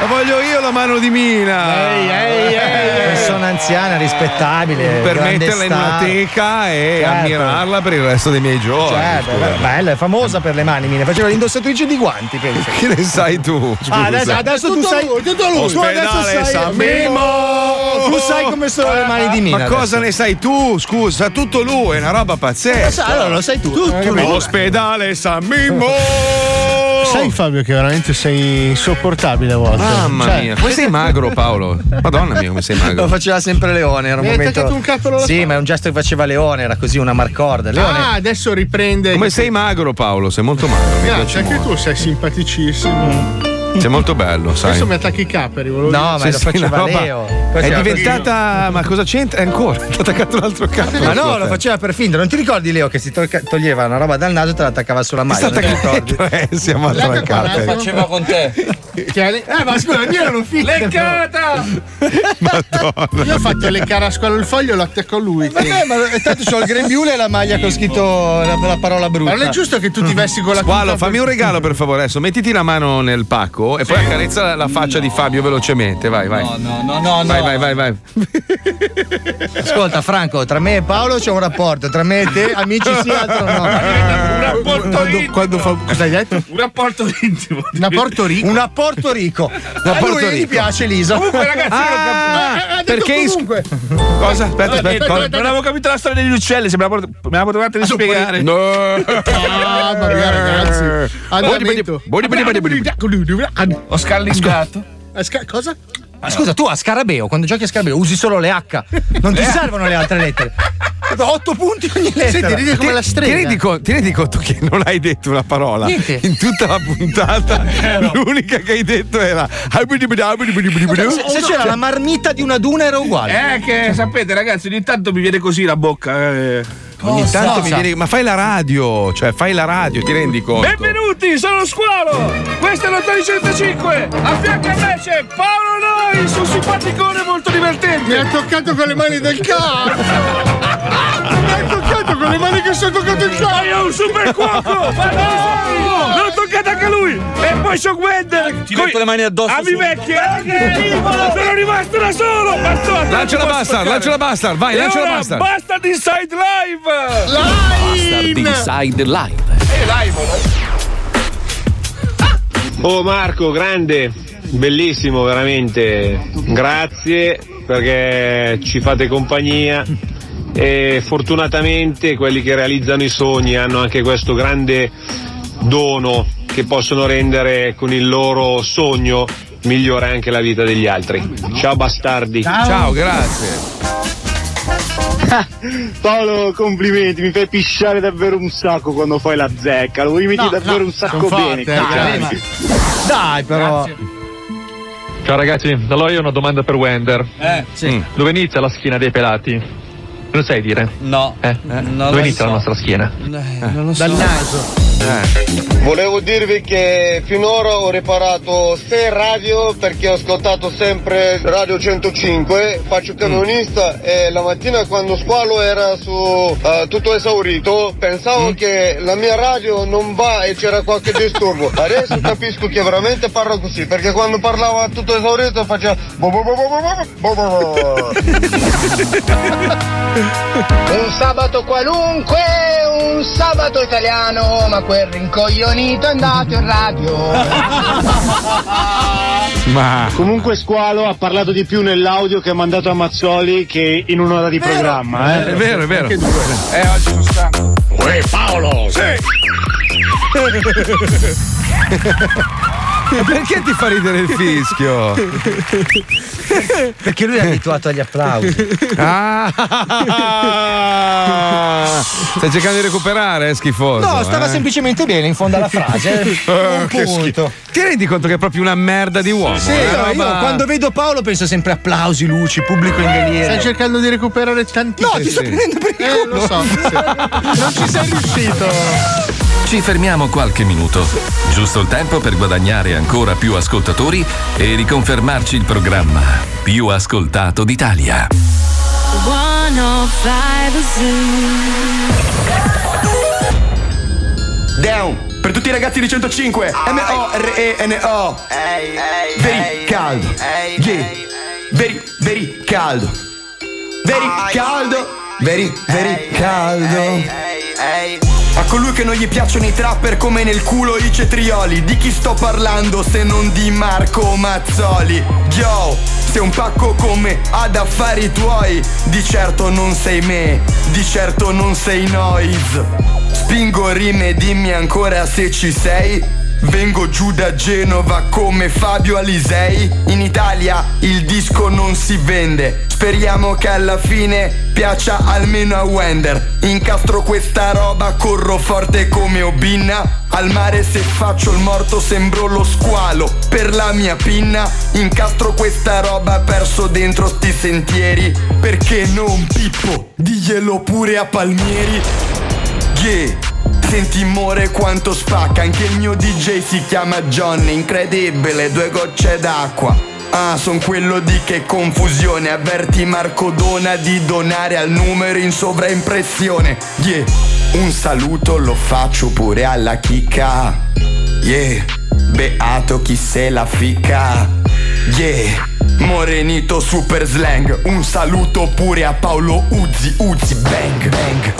La voglio io la mano di Mina. Ehi, ehi, ehi. Persona anziana, rispettabile. per grande metterla in una star. teca e Certo. ammirarla per il resto dei miei giorni. Certo, scusa. beh, bella, è famosa per le mani, mine. Faceva l'indossatrice di guanti, penso. Che ne sai tu? Ah, adesso, Scusa. adesso tu Tutto sai. lui, tutto lui. Tu adesso Ospedale sai. San Mimmo! Tu sai come sono le mani di Mina. Oh. Ma adesso. cosa ne sai tu? Scusa, tutto lui, è una roba Lo sai, pazzesca. allora lo sai tu. Eh, Tutto lui. Ospedale San Mimmo. Sai Fabio che veramente sei insopportabile a volte. Mamma Cioè- mia, come sei magro Paolo? Madonna mia, come sei Lo magro. faceva sempre Leone, era un Mi hai momento. attaccato un cappello alla Sì, ma è un gesto che faceva Leone, era così una marcorda. Leone. Ah, adesso riprende. Come sei magro Paolo? Sei molto magro. mi piaci Grazie, anche tu sei simpaticissimo. molto. Sei molto bello, sai. Adesso mi attacchi i caperi, volevo Sì, dire. sì, una roba- È diventata. Ma cosa c'entra? È Ancora, ti ha attaccato l'altro capo. Ma no, lo faceva per finta. Non ti ricordi, Leo, che si tolca- toglieva una roba dal naso e te l'attaccava sulla maglia? Non ti ricordi? Eh, siamo Lei che attraccati. parlava- faceva con te. Eh, ma scusa, io ero finta. Leccata! Io ho fatto le cara a squalo il foglio e lo attacco a lui. Vabbè, ma tanto c'ho il grembiule e la maglia che ho scritto la, la parola brutta. Ma non è giusto che tu ti vesti con la Squalo, tuta per- fammi un regalo per favore adesso. Mettiti la mano nel pacco e poi accarezza la- la faccia di Fabio velocemente. Vai, vai. No, no, no, no. Vai, vai, vai, vai. Ascolta, Franco, tra me e Paolo c'è un rapporto, tra me e te, amici sì, altro no. Quando, quando fa... Cosa hai detto? Un rapporto intimo. Una Porto Rico. Una Porto Rico. A A lui lui gli piace l'ISO. Comunque, ragazzi, io non capisco. Eh, eh, ha Ah, detto perché in- comunque. Cosa? Aspetta, aspetta, aspetta, cosa? aspetta. Non avevo capito la storia degli uccelli, se me la, pot- me la potevate spiegare. No. Ah, vabbè, ragazzi. Andamento. Oh, Ho scalingato. Eh, cosa? Ma scusa, tu a Scarabeo, quando giochi a Scarabeo, usi solo le H. Non ti servono le altre lettere. 8 punti ogni lettera. Senti, ridi come la strega. Ti rendi, con- ti rendi conto che non hai detto una parola Niente. in tutta la puntata? Eh, L'unica che hai detto era. Se, se c'era la marmita di una duna era uguale. Eh, che sapete, ragazzi, ogni tanto mi viene così la bocca. eh. Ogni Cosa? tanto mi viene. Ma fai la radio, cioè fai la radio, ti rendi conto? Benvenuti, sono lo Squalo! Questo è l'805! A fianco a me c'è Paolo Nois, un simpaticone molto divertente! Mi ha toccato con le mani del cazzo! Mi ha toccato con le mani che sono toccato il cazzo! Io ho un super cuoco! Ma no! L'ho toccato anche lui! E poi c'ho Gwender! Ti metto le mani addosso! A mi vecchie! Sono rimasto da solo! Bastone! Lancia la bastard, lancia la bastard, vai, lancia la bastard. Basta di Inside Live! Live! Inside Live. Eh, live! Oh Marco, grande, bellissimo veramente, grazie perché ci fate compagnia e fortunatamente quelli che realizzano i sogni hanno anche questo grande dono che possono rendere con il loro sogno migliore anche la vita degli altri. Ciao bastardi. Ciao, grazie. Ah. Paolo, complimenti, mi fai pisciare davvero un sacco quando fai la zecca, lo imiti No, davvero no, un sono sacco forte, bene. cioè, eh, cazzo. Dai, però. Ciao ragazzi, allora io ho una domanda per Wender. Eh, sì. Mm. Dove inizia la schiena dei pelati? Me Lo sai dire? No. Eh? lo Dove so. inizia la nostra schiena? Eh, Eh, Eh. non lo so. Dal naso. Volevo dirvi che finora ho riparato 6 radio perché ho ascoltato sempre Radio 105, faccio camionista e la mattina quando squalo era su eh, tutto esaurito pensavo che la mia radio non va e c'era qualche disturbo. Adesso capisco che veramente parlo così perché quando parlava tutto esaurito faceva... bo bo bo bo bo bo bo bo bo. Un sabato qualunque, un sabato italiano, ma quel rincoglionito è andato in radio. Ma. Comunque Squalo ha parlato di più nell'audio che ha mandato a Mazzoli che in un'ora di programma. Eh. È vero, è vero. Che Eh, oggi sono stanco. Uè, Paolo! Perché ti fa ridere il fischio? Perché lui è abituato agli applausi. Ah, stai cercando di recuperare, eh, schifoso. No, stava eh? semplicemente bene in fondo alla frase. Eh, Un che punto. schifo. Ti rendi conto che è proprio una merda di uomo? Sì, una no, io roba- quando vedo Paolo penso sempre applausi, luci, pubblico in delirio. Stai cercando di recuperare tantissimo. No, ti sto prendendo per il culo. lo so. non ci sei riuscito. Ci fermiamo qualche minuto, giusto il tempo per guadagnare ancora più ascoltatori e riconfermarci il programma più ascoltato d'Italia. 105 Down per tutti i ragazzi di 105 M-O-R-E-N-O Very caldo Yeah Very, very caldo Very caldo Very, very caldo a colui che non gli piacciono i trapper come nel culo i cetrioli Di chi sto parlando se non di Marco Mazzoli Yo, sei un pacco come ad affari tuoi Di certo non sei me, di certo non sei noise Spingo rime, dimmi ancora se ci sei Vengo giù da Genova come Fabio Alisei. In Italia il disco non si vende. Speriamo che alla fine piaccia almeno a Wender. Incastro questa roba, corro forte come Obinna. Al mare se faccio il morto sembro lo squalo Per la mia pinna incastro questa roba perso dentro sti sentieri Perché non Pippo, diglielo pure a Palmieri Yeah, senti more quanto spacca Anche il mio DJ si chiama Johnny Incredibile, due gocce d'acqua Ah, son quello di che confusione Avverti Marco Dona di donare al numero in sovraimpressione Yeah, un saluto lo faccio pure alla chicca Yeah, beato chi se la fica Yeah, Morenito Super Slang Un saluto pure a Paolo Uzzi, Uzzi, bang, bang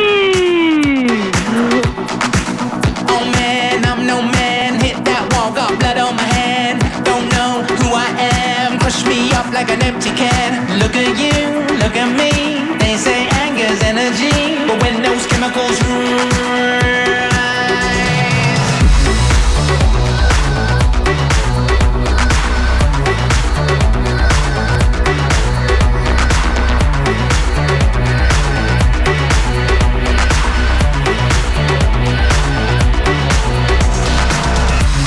Bastardi! Oh man, I'm no man. Hit that wall, got blood on my hand. Don't know who I am. Push me up like an empty can. Look at you, look at me. They say anger's energy, but when those chemicals rise.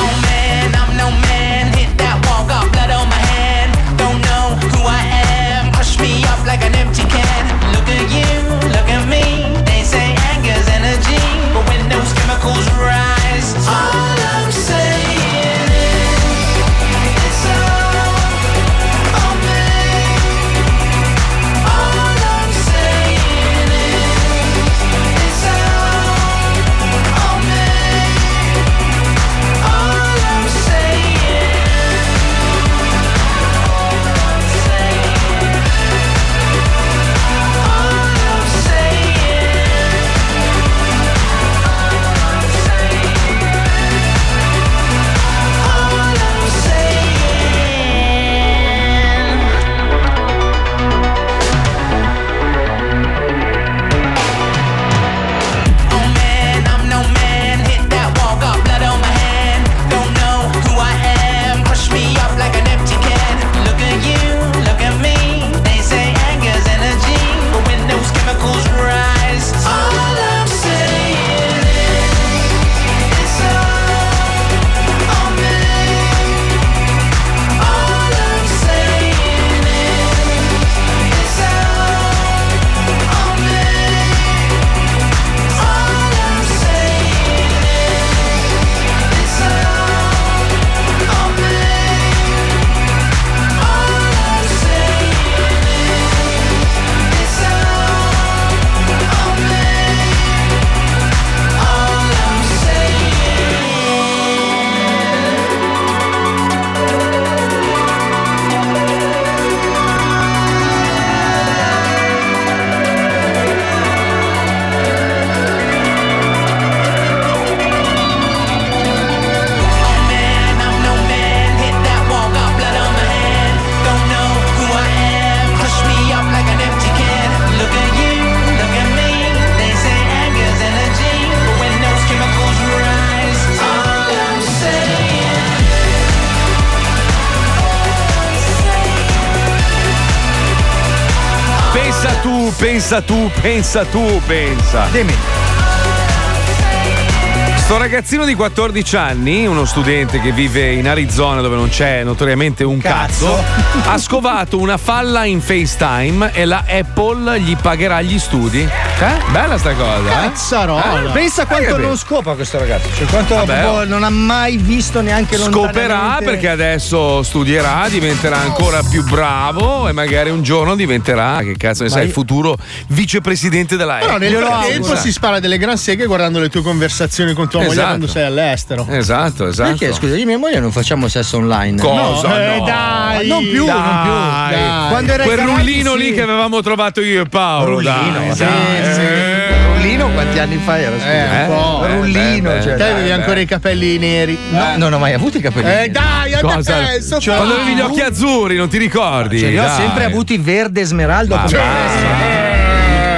Oh man, I'm no man. Hit that wall, got blood on my hand. Don't know who I Pensa tu, pensa tu, pensa tu, pensa. Dimmi. Sto ragazzino di 14 anni, uno studente che vive Eh. in Arizona dove non c'è notoriamente un cazzo, ha scovato una falla in FaceTime e la Apple gli pagherà gli studi. Eh? Bella sta cosa. Cazzarola. Eh? Pensa Hai quanto capito? non scopa questo ragazzo. Cioè quanto Vabbè, proprio oh. non ha mai visto neanche lontanamente. Scoperà perché adesso studierà, diventerà ancora più bravo e magari un giorno diventerà, che cazzo ne Ma sai, io- il futuro vicepresidente della Però nel Apple. frattempo si spara delle gran seghe guardando le tue conversazioni con tua moglie Esatto. quando sei all'estero. Esatto, esatto. Perché scusa, io e mia moglie non facciamo sesso online. Cosa? No, eh, No. Ah, dai, Ma non più, non più. Dai. Dai. Quel ai Caraibi, rullino sì. lì che avevamo trovato io e Paolo. dai, Eh, dai. Rullino quanti anni fa era Eh, eh, Rullino, beh, cioè, beh, dai, beh. avevi ancora i capelli neri. No, non ho mai avuto i capelli. Eh, dai, anche Cosa? te, sto Cioè, Quando avevi gli occhi azzurri, non ti ricordi? Cioè, li ho Dai. sempre avuti verde smeraldo. Ma come- va.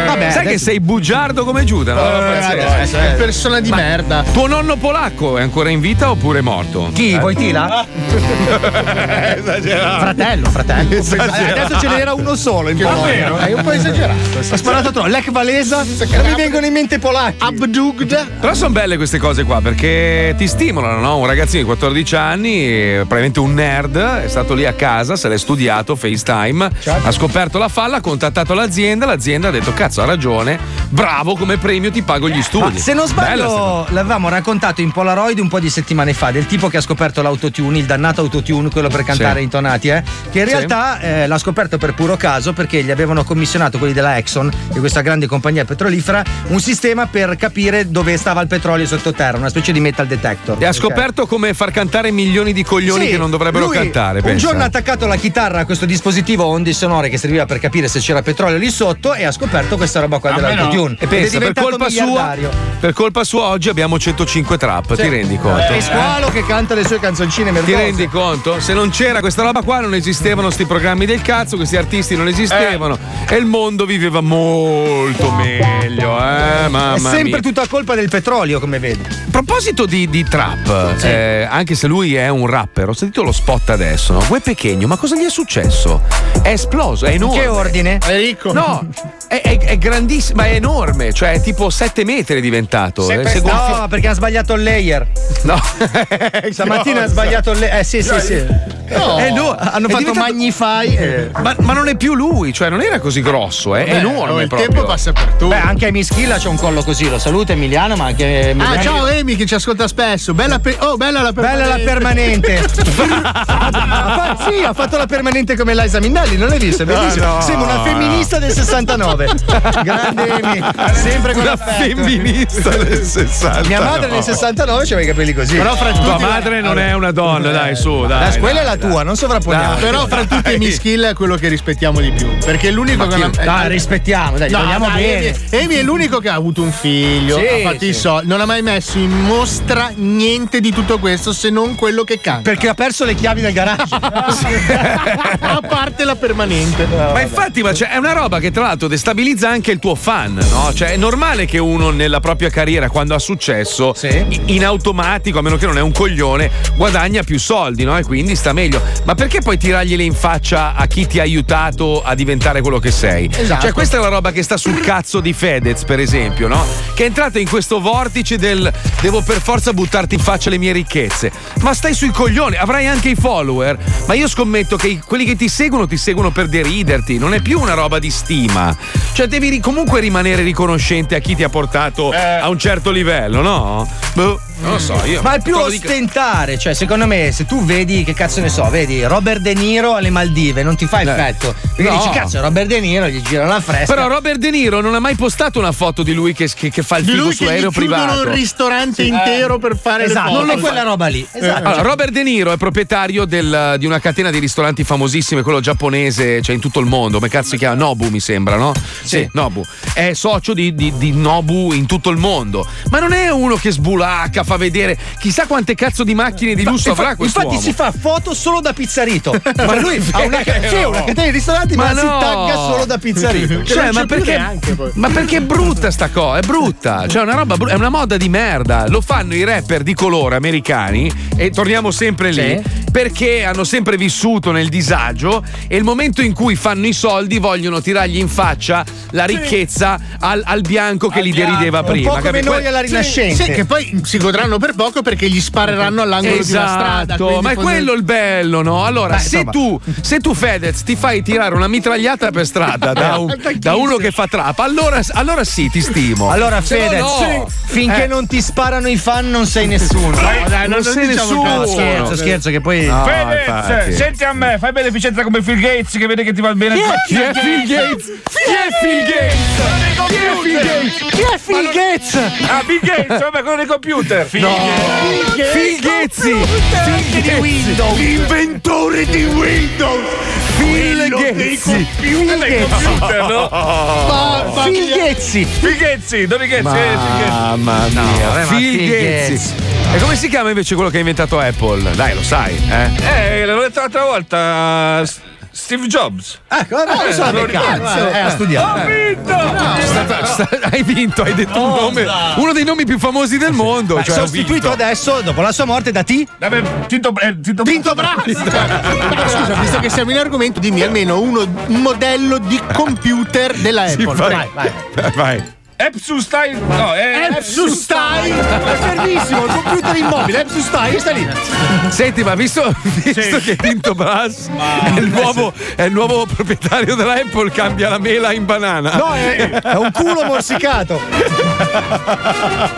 Vabbè, Sai adesso- che sei bugiardo come Giuda? Oh, una roba Eh, pazzesca. adesso, eh, persona di Ma merda. Tuo nonno polacco è ancora in vita oppure è morto? Chi? Eh? Wojtyla? Esagerato. Fratello, fratello. Esagerato. Esatto. Adesso ce n'era uno solo in Polonia. davvero? È un po' esagerato. Ha sparato troppo. Lech Walesa, non mi vengono in mente i polacchi. Abdugda. Però sono belle queste cose qua perché ti stimolano, no? Un ragazzino di 14 anni, eh, probabilmente un nerd, è stato lì a casa, se l'è studiato, FaceTime, Certo. ha scoperto la falla, ha contattato l'azienda, l'azienda ha detto cazzo ha ragione, bravo come premio ti pago gli Ma studi. se non Bella sta cosa. sbaglio, l'avevamo raccontato in Polaroid un po' di settimane fa del tipo che ha scoperto l'autotune, il dannato autotune, quello per cantare Sì. intonati, eh, che in Sì. realtà eh, l'ha scoperto per puro caso perché gli avevano commissionato quelli della Exxon, di questa grande compagnia petrolifera, un sistema per capire dove stava il petrolio sottoterra, una specie di metal detector. E ha Ok? scoperto come far cantare milioni di coglioni Sì, che non dovrebbero lui cantare. Un pensa. giorno ha attaccato la chitarra a questo dispositivo a onde sonore che serviva per capire se c'era petrolio lì sotto e ha scoperto questa roba qua dell'autotune. E Ed è pensa, per diventato colpa, sua, miliardario. per colpa sua oggi abbiamo 105 trap, ti rendi conto? Eh, E Cioè, Squalo che canta le sue canzoncine Ti merdose. rendi conto? Se non c'era questa roba qua non esistevano sti programmi del cazzo, questi artisti non esistevano e il mondo viveva molto meglio, eh? Mamma È sempre mia. tutta colpa del petrolio, come vedi. A proposito di, di trap, eh, anche se lui è un rapper, ho sentito lo spot adesso, no? Uè Pechegno, ma cosa gli è successo? È esploso, è enorme. Che ordine? È ricco. No, è, è- è grandissimo, ma è enorme, cioè è tipo 7 metri è diventato. eh, se gonfia- No, perché ha sbagliato il layer. No. Stamattina ha Cosa? sbagliato il layer. Eh sì, sì, sì. No. Eh, no, hanno È fatto diventato- Magnify. eh. Ma, ma non è più lui, cioè non era così grosso, eh, è Vabbè, enorme il proprio. tempo passa per Beh, anche a Mischilla c'è un collo così. Lo saluta Emiliano, ma anche Ah, Emiliano- ciao Amy che ci ascolta spesso. Bella, pe- oh, bella la permanente. Bella la permanente. Ah, fa- sì, ha fatto la permanente come Liza Minnelli, non l'hai vista? È bellissima. Ah, no. Sembra una femminista del 69. Grande Amy, sempre con una affetto. femminista del 69. Mia madre nel 69 c'aveva i capelli così. Però fra tua tutti- Eh, madre non è una donna, dai, su, dai. Dai, dai, quella è la dai. tua, non sovrapponiamo. Dai, Eh, Però fra dai. tutti i Mischil è quello che rispettiamo di più. Perché è l'unico che. eh, chi- dai, rispettiamo, dai, gli vogliamo bene. Amy, Amy è l'unico che ha avuto un figlio, Sì, ha fatto i sì. soldi, non ha mai messo in mostra niente di tutto questo se non quello che canta. Perché ha perso le chiavi del garage. a parte la permanente. Ma infatti, ma cioè, è una roba che tra l'altro destabilizza anche il tuo fan, no? Cioè, è normale che uno nella propria carriera, quando ha successo, i- in automatico, a meno che non è un coglione, guadagna più soldi, no? E quindi sta meglio. Ma perché poi tirargliele in faccia a chi ti ha aiutato a diventare quello che sei? Esatto. Cioè, questa è la roba che sta sul cazzo di Fedez, per esempio, no? Che è entrato in questo vortice del devo per forza buttarti in faccia le mie ricchezze. Ma stai sui coglioni, avrai anche i follower. Ma io scommetto che i- quelli che ti seguono ti seguono per deriderti, non è più una roba di stima. Cioè, devi ri- comunque rimanere riconoscente a chi ti ha portato a un certo livello, no? Boh, non lo so, io. Ma è più provo di- ostentare, cioè, secondo me, se tu vedi, che cazzo ne so, vedi Robert De Niro alle Maldive, non ti fa effetto. Perché Eh. No. dici, cazzo, Robert De Niro gli gira la fresca. Però Robert De Niro non ha mai postato una foto di lui che, che- che fa il Di figo lui su che gli aereo chiudono privato. un ristorante intero per fare Eh. Esatto, le foto. Eh. non è quella roba lì. Esatto. Allora, Robert De Niro è proprietario del- di una catena di ristoranti famosissime, quello giapponese, cioè in tutto il mondo. Come cazzo si chiama? Nobu, mi sembra, no? Sì, Nobu. È socio di, di- di Nobu in tutto il mondo. Ma non è uno che sbulacca, fa vedere. Chissà quante cazzo di macchine di lusso Infa- avrà questo Infatti si fa foto solo da pizzarito. ma lui ha una, ca- Vero. c'è una catena di ristoranti, ma, Ma si no. tagga solo da pizzarito. Cioè, ma perché, ma perché è brutta sta cosa? È brutta. Cioè, è una roba bru- è una moda di merda. Lo fanno i rapper di colore americani e torniamo sempre lì. Perché hanno sempre vissuto nel disagio e il momento in cui fanno i soldi vogliono tirargli in faccia la ricchezza al, al bianco che li derideva prima. capi? Que- Sì, che poi si godranno per poco perché gli spareranno all'angolo di una Esatto, strada. ma è quello il bello, no? Allora, Beh, se, insomma. tu, se tu, Fedez, ti fai tirare una mitragliata per strada Eh, da, un- Da chi da uno che fa trap, allora, allora sì, ti stimo. Allora, Se no, Fedez, no. finché Eh. non ti sparano i fan, non sei nessuno. No, dai, non- non sei diciamo nessuno. cazzo. Scherzo, scherzo, che poi. Fedez, senti a me, fai beneficenza come Phil Gates che vede che ti va bene. Chi è- Chi è Phil Gates? Chi è Phil Gates? Chi è Phil Gates? Chi è Phil Gates? Ah, Phil Gates, vabbè, quello dei computer. Phil Gates. Phil Gates. di Windows. L'inventore di Windows. Phil Gates. Phil computer, no? Ma- ma Phil Gates. Phil Gates, dove Gates? Eh, Phil Gates. Mamma No, mia, vabbè, ma Phil Phil Gates. E come si chiama invece quello che ha inventato Apple? Dai, lo sai, eh? Eh, l'avevo detto l'altra volta. S- Steve Jobs. Ah, Eh, non lo so, che cazzo. Eh, ha studiato. Ho vinto! Hai vinto, hai detto un nome, uno dei nomi più famosi del mondo. Beh, cioè, ho sostituito vinto. adesso, dopo la sua morte, da T. Tinto, eh, Tinto, Ma scusa, visto che siamo in argomento, dimmi almeno uno, un modello di computer della Apple. vai. Vai, vai. Vai. Epsus Style. No, è Epsus Style. È bellissimo, il computer immobile, Epsus Style, questa lì. Senti, ma visto, visto che Tinto Brass è, il nuovo, è il nuovo proprietario della Apple, cambia la mela in banana. No, è, è un culo morsicato.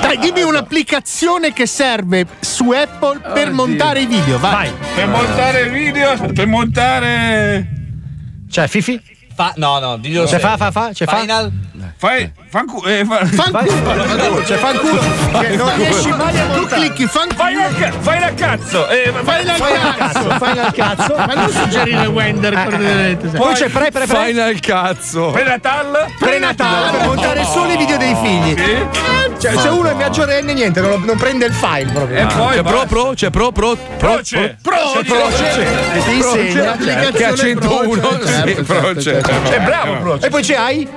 Dai, dimmi un'applicazione che serve su Apple per montare i video. Vai. Per montare il video, per montare. Cioè, Fifi? Fa, no, no, dillo C'è fa, fa, fa, c'è fa? Final? Fai, fanculo, eh, fa, fanculo, c'è fanculo, Cioè, non riesci mai a Tu montare. clicchi, fanculo. Fai la, ca- fai la cazzo, eh, Fai la cazzo, fai la cazzo. Ma non suggerire Wender Eh, cortesemente, sai. Poi c'è pre, pre, pre. Final cazzo. Prenatal? Prenatale per montare solo i video dei figli. Sì. Cioè, se uno è maggiorenne, niente, non, lo- non prende il file proprio. Eh, c'è pro pro, c'è pro pro pro c'è Proce. Proce. Ti insegna. che ha L'applicazione 101 Proce. sì, Certo, Proce. certo, Cioè, certo. Eh, E poi c'è AI?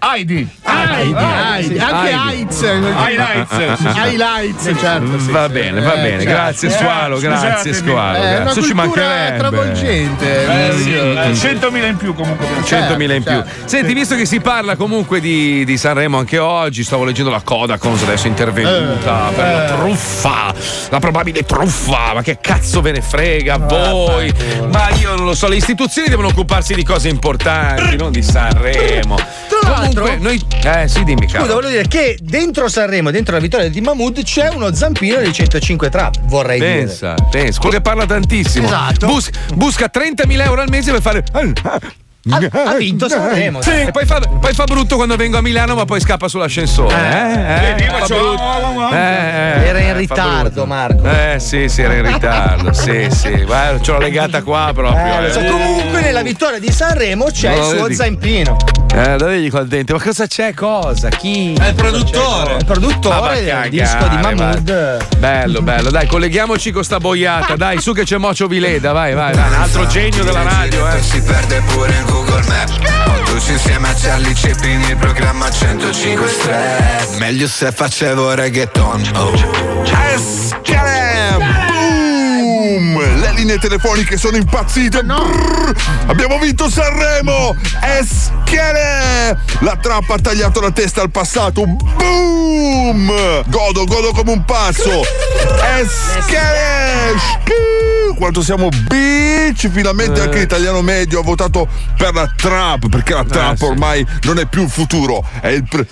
Heidi. Ah, Heidi, anche AIDS. eh, Highlights, sì, sì. Mm, Highlights, certo. sì. Va bene, va Eh, bene, certo. grazie Squalo, Eh, grazie scusatemi. Squalo. Eh, grazie. è una Adesso ci cultura mancherebbe. travolgente. Eh, sì, Mm. eh, 100.000 in più comunque. Certo, 100.000 in più. Certo. Senti, visto che si parla comunque di, di Sanremo anche oggi, stavo leggendo la Codacons adesso è intervenuta per la truffa, la probabile truffa, ma che cazzo ve ne frega a voi? Ma io non lo so, le istituzioni devono occuparsi di cose importanti, non di Sanremo. Comunque, noi... Eh, sì, dimmi, caro. Scusa, voglio dire che dentro Sanremo, dentro la vittoria di Mahmood, c'è uno zampino di 105 trap, vorrei dire. Pensa, pensa, quello che parla tantissimo. Esatto. Bus- busca 30.000 euro al mese per fare. Ha, ha vinto Sanremo, Sì. dai. E poi fa, poi fa brutto quando vengo a Milano, ma poi scappa sull'ascensore. Eh, eh, fa brutto. Eh, eh, Era eh, in fa ritardo, Marco. brutto. Eh, sì, sì, era in ritardo. sì, sì. Guarda, ce l'ho legata qua proprio. Eh, lo so, eh. comunque nella vittoria di Sanremo c'è No, il suo vedi. zampino. Eh, lo vedi col dente, ma cosa c'è? Cosa? Chi? Ah, È il produttore. Il produttore del disco di Mahmood. Bello, bello. Dai, colleghiamoci con sta boiata. Dai, su che c'è Mocio Vileda. Vai, vai, vai. Un altro genio della radio, eh. Si perde pure in Google Maps Conduci insieme a Charlie Chaplin Il programma 105 Stelle Meglio se facevo reggaeton oh. Scalem! Boom! Le linee telefoniche sono impazzite! Brrr! Abbiamo vinto Sanremo! Eschere! La trappa ha tagliato la testa al passato! Boom! Godo, godo come un pazzo! Eschere! Schiu! Quanto siamo bitch! Finalmente anche l'italiano medio ha votato per la trap, perché la trap ormai non è più il futuro, è il pre-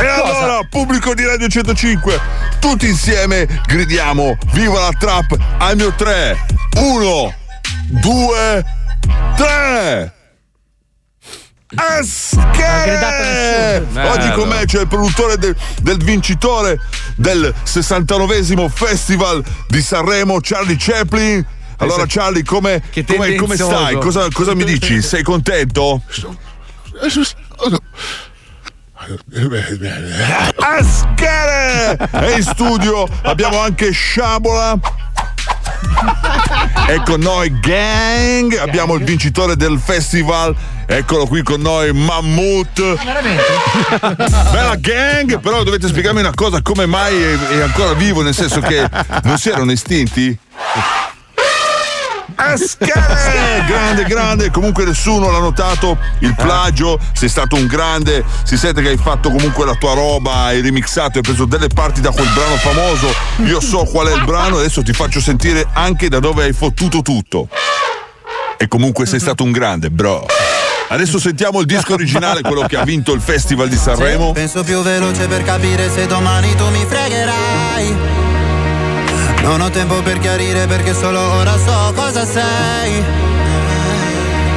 e allora, pubblico di Radio 105, tutti insieme gridiamo Viva la trap al mio 3, 1, 2, 3! Eschere! nessuno. Oggi con Bello. me c'è il produttore del, del vincitore del 69esimo Festival di Sanremo, Charlie Chaplin. Allora Charlie, come, come- come tendenzioso. stai? Cosa, cosa mi dici? Sei contento? Ascare! È in studio, abbiamo anche Sciabola. E con noi gang, abbiamo il vincitore del festival. Eccolo qui con noi, Mammut. Bella gang, però dovete spiegarmi una cosa, come mai è, è ancora vivo, nel senso che non si erano estinti? Ascare! Eh, Grande, grande, comunque nessuno l'ha notato, il plagio, sei stato un grande, si sente che hai fatto comunque la tua roba, hai remixato, hai preso delle parti da quel brano famoso, io so qual è il brano, adesso ti faccio sentire anche da dove hai fottuto tutto. E comunque sei stato un grande, bro. Adesso sentiamo il disco originale, quello che ha vinto il Festival di Sanremo. Penso più veloce per capire se domani tu mi fregherai. Non ho tempo per chiarire perché solo ora so cosa sei.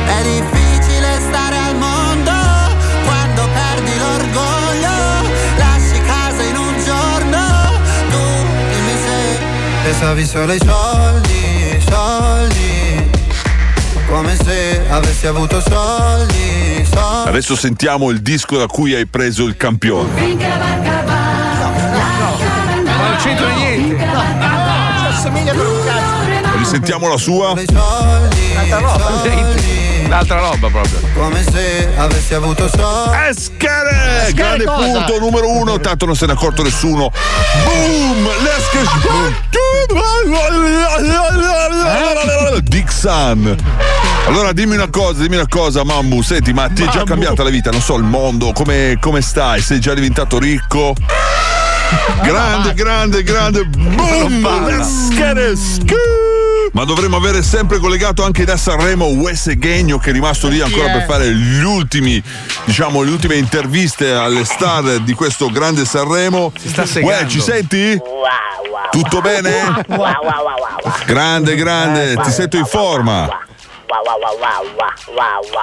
È difficile stare al mondo quando perdi l'orgoglio. Lasci casa in un giorno, tu dimmi se pensavi solo ai soldi, soldi. Come se avessi avuto soldi, soldi. Adesso sentiamo il disco da cui hai preso il campione. Finché barca va, lasciala andare. Ma non c'entra niente. Finché barca Ah, va, ci assomiglia per un cazzo. Risentiamo la sua. Un'altra roba. Un'altra roba proprio. Come se avessi avuto soldi. Escare! Grande punto numero uno, tanto non se ne è accorto nessuno. Boom! Let's Dixon. Allora dimmi una cosa, dimmi una cosa, Mammu, senti, ma ti è già Mammu. cambiata la vita, non so, il mondo, come, come stai? Sei già diventato ricco? Grande, grande, grande, boom! Let's get it, scoop! Ma dovremmo avere sempre collegato anche da Sanremo Wes Genio che è rimasto lì ancora Chi è? per fare gli ultimi, diciamo, le ultime interviste alle star di questo grande Sanremo. sta segando. Uè, ci senti? Tutto bene? Grande, grande, ti sento in forma.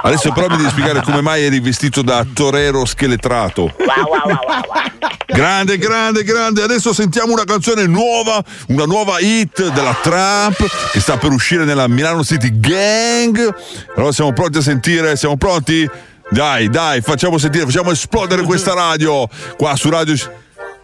Adesso provi di spiegare come mai eri vestito da torero scheletrato. Grande, grande, grande. Adesso sentiamo una canzone nuova, una nuova hit della Trump che sta per uscire nella Milano City Gang. Allora siamo pronti a sentire, siamo pronti? Dai, dai, facciamo sentire, facciamo esplodere questa radio qua su Radio.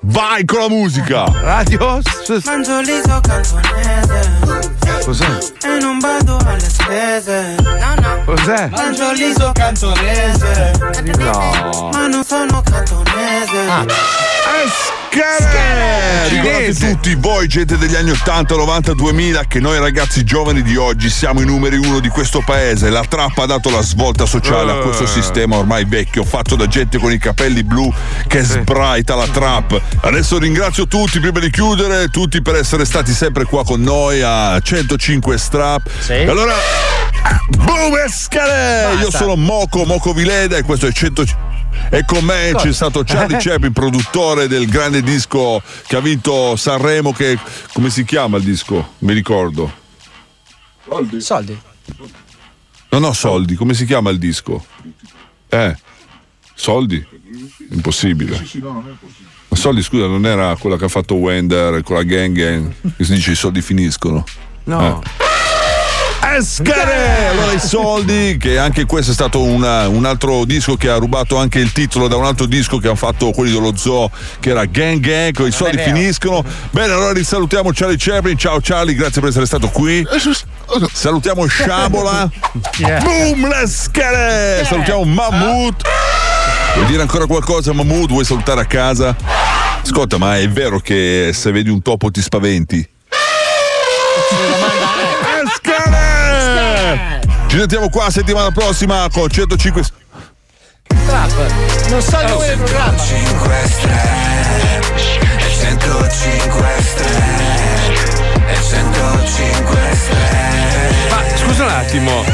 Vai con la musica! Radio? Mangio l'iso canzonese Cos'è? e non vado alle spese. No, no. Cos'è? Mangio l'iso cantonese, No. ma non sono cantonese. Ah. Eh, Ricordate tutti voi, gente degli anni 80, 90, 2000, che noi ragazzi giovani di oggi siamo i numeri uno di questo paese. La trappa ha dato la svolta sociale a questo Eh. sistema ormai vecchio, fatto da gente con i capelli blu che sbraita la trap. Adesso ringrazio tutti, prima di chiudere, tutti per essere stati sempre qua con noi a 105 Strap. E allora, boom, escale! Io sono Moco, Moco Vileda e questo è 105. E con me Cosa? c'è stato Charlie Chaplin, produttore del grande disco che ha vinto Sanremo, che come si chiama il disco? Mi ricordo. Soldi. Non ho soldi, come si chiama il disco? Eh, soldi? Impossibile. Ma soldi, scusa, non era quella che ha fatto Wender con la gang gang, che si dice i soldi finiscono. Eh. No. Escare! Allora i soldi, che anche questo è stato una- un altro disco che ha rubato anche il titolo da un altro disco che hanno fatto quelli dello zoo, che era Gang Gang, con i soldi vero. finiscono. Bene, allora risalutiamo Charlie Chaplin, ciao Charlie, grazie per essere stato qui. Salutiamo Sciabola. Boom, let's get it! Eh, Salutiamo Mammut. Vuoi dire ancora qualcosa Mammut? Vuoi salutare a casa? Ascolta, ma è vero che se vedi un topo ti spaventi? Escare! Ci sentiamo qua settimana prossima con 105 Non sai dove è il programma. 105 stelle, 105 stelle, 105 stelle. Ma scusa un attimo.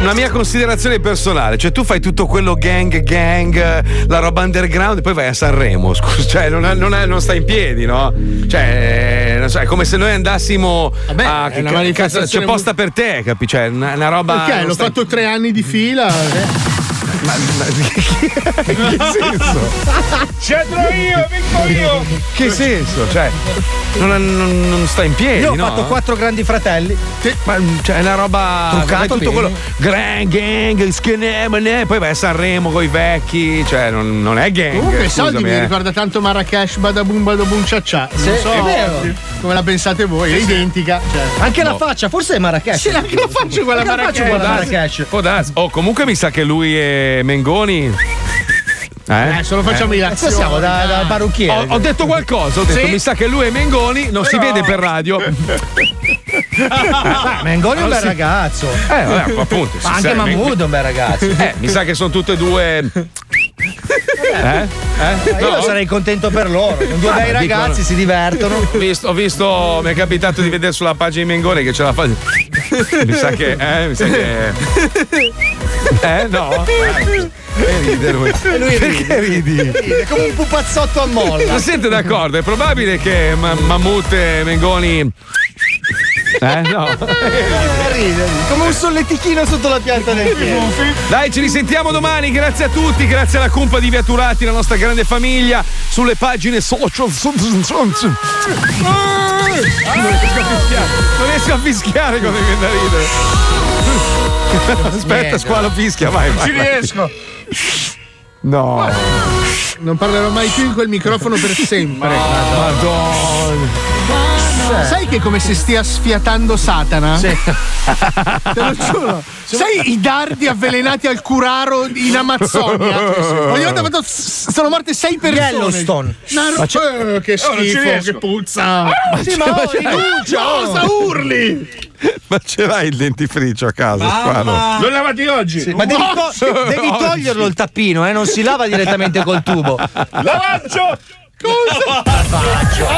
Una mia considerazione personale, cioè tu fai tutto quello gang gang, eh, la roba underground e poi vai a Sanremo, scusa, cioè non, non- non sta in piedi, no? Cioè, eh, non so, è come se noi andassimo a è una manifestazione c'è posta per te, capi? Cioè, una, una roba Ok, non l'ho sta in- fatto tre anni di fila. eh. Ma, che senso? C'entro io, vinco io! Che senso? Cioè, non, non- non sta in piedi. Io ho no? fatto quattro grandi fratelli. Ma cioè, è una roba. Fai truccata. tutto quello. Grand gang, skin, poi vai a Sanremo con i vecchi. Cioè, non, non è gang. Comunque i soldi scusami, mi eh. ricorda tanto Marrakesh Badabum Badabum Cia Cia. Non Sì, so è vero. come la pensate voi, è Sì, sì. identica. Cioè. Anche la No. faccia, forse è Marrakesh. Sì, anche la faccia è quella Anche la faccia è Può quella darsi, Marrakesh. può darsi. Oh, comunque mi sa che lui e Mengoni. Eh? Eh, solo facciamo i Adesso siamo da, da parrucchiere. Ah. Ho, ho detto qualcosa, ho detto Sì. mi sa che lui e Mengoni non si Però- vede per radio. Eh, Dai, Mengoni è un Non bel si- ragazzo. Ah, Eh, vabbè, appunto. si Ma anche sa, Mahmood è un bel ragazzo. Eh, mi sa che sono tutte e due. Eh? Eh? Ma Io sarei contento per loro. Sono due Ah, bei dicono- ragazzi, si divertono. Ho visto, ho visto, mi è capitato di vedere sulla pagina di Mengoni che c'è la fase. Mi sa che. Eh, mi sa che. Eh, no? Che ride lui. E lui Perché ridi? È come un pupazzotto a molla. Non siete d'accordo? È probabile che Ma- Mammut e Mengoni. Eh, no? Ride, Come un solletichino sotto la pianta del piede. Dai, ci risentiamo domani. Grazie a tutti, grazie alla cumpa di Viaturati, la nostra grande famiglia, sulle pagine social. Non riesco a fischiare, non riesco a fischiare quando mi viene da ridere. Aspetta, Niente. squalo fischia, vai, vai. Ci vai. riesco. No. Non parlerò mai più in quel microfono per sempre. Madonna. Sai che è come se stia sfiatando Satana? Sì. Te lo giuro. Sai i dardi avvelenati al curaro in Amazzonia? Sì, sì. Ogni volta vado- sono morte sei persone. Yellowstone. Una ro- Ma c'è- Eh, che Oh, non ci schifo, riesco. che puzza. Ma sì, c'è- ma ma oh, c'è- rinuncia, no. osa, urli. Ma ce l'hai il dentifricio a casa, squalo? L'ho lavati oggi! Ma devi, to- Oggi. devi Oggi. toglierlo il tappino, eh? non si lava direttamente col tubo. Lavaccio! Cosa?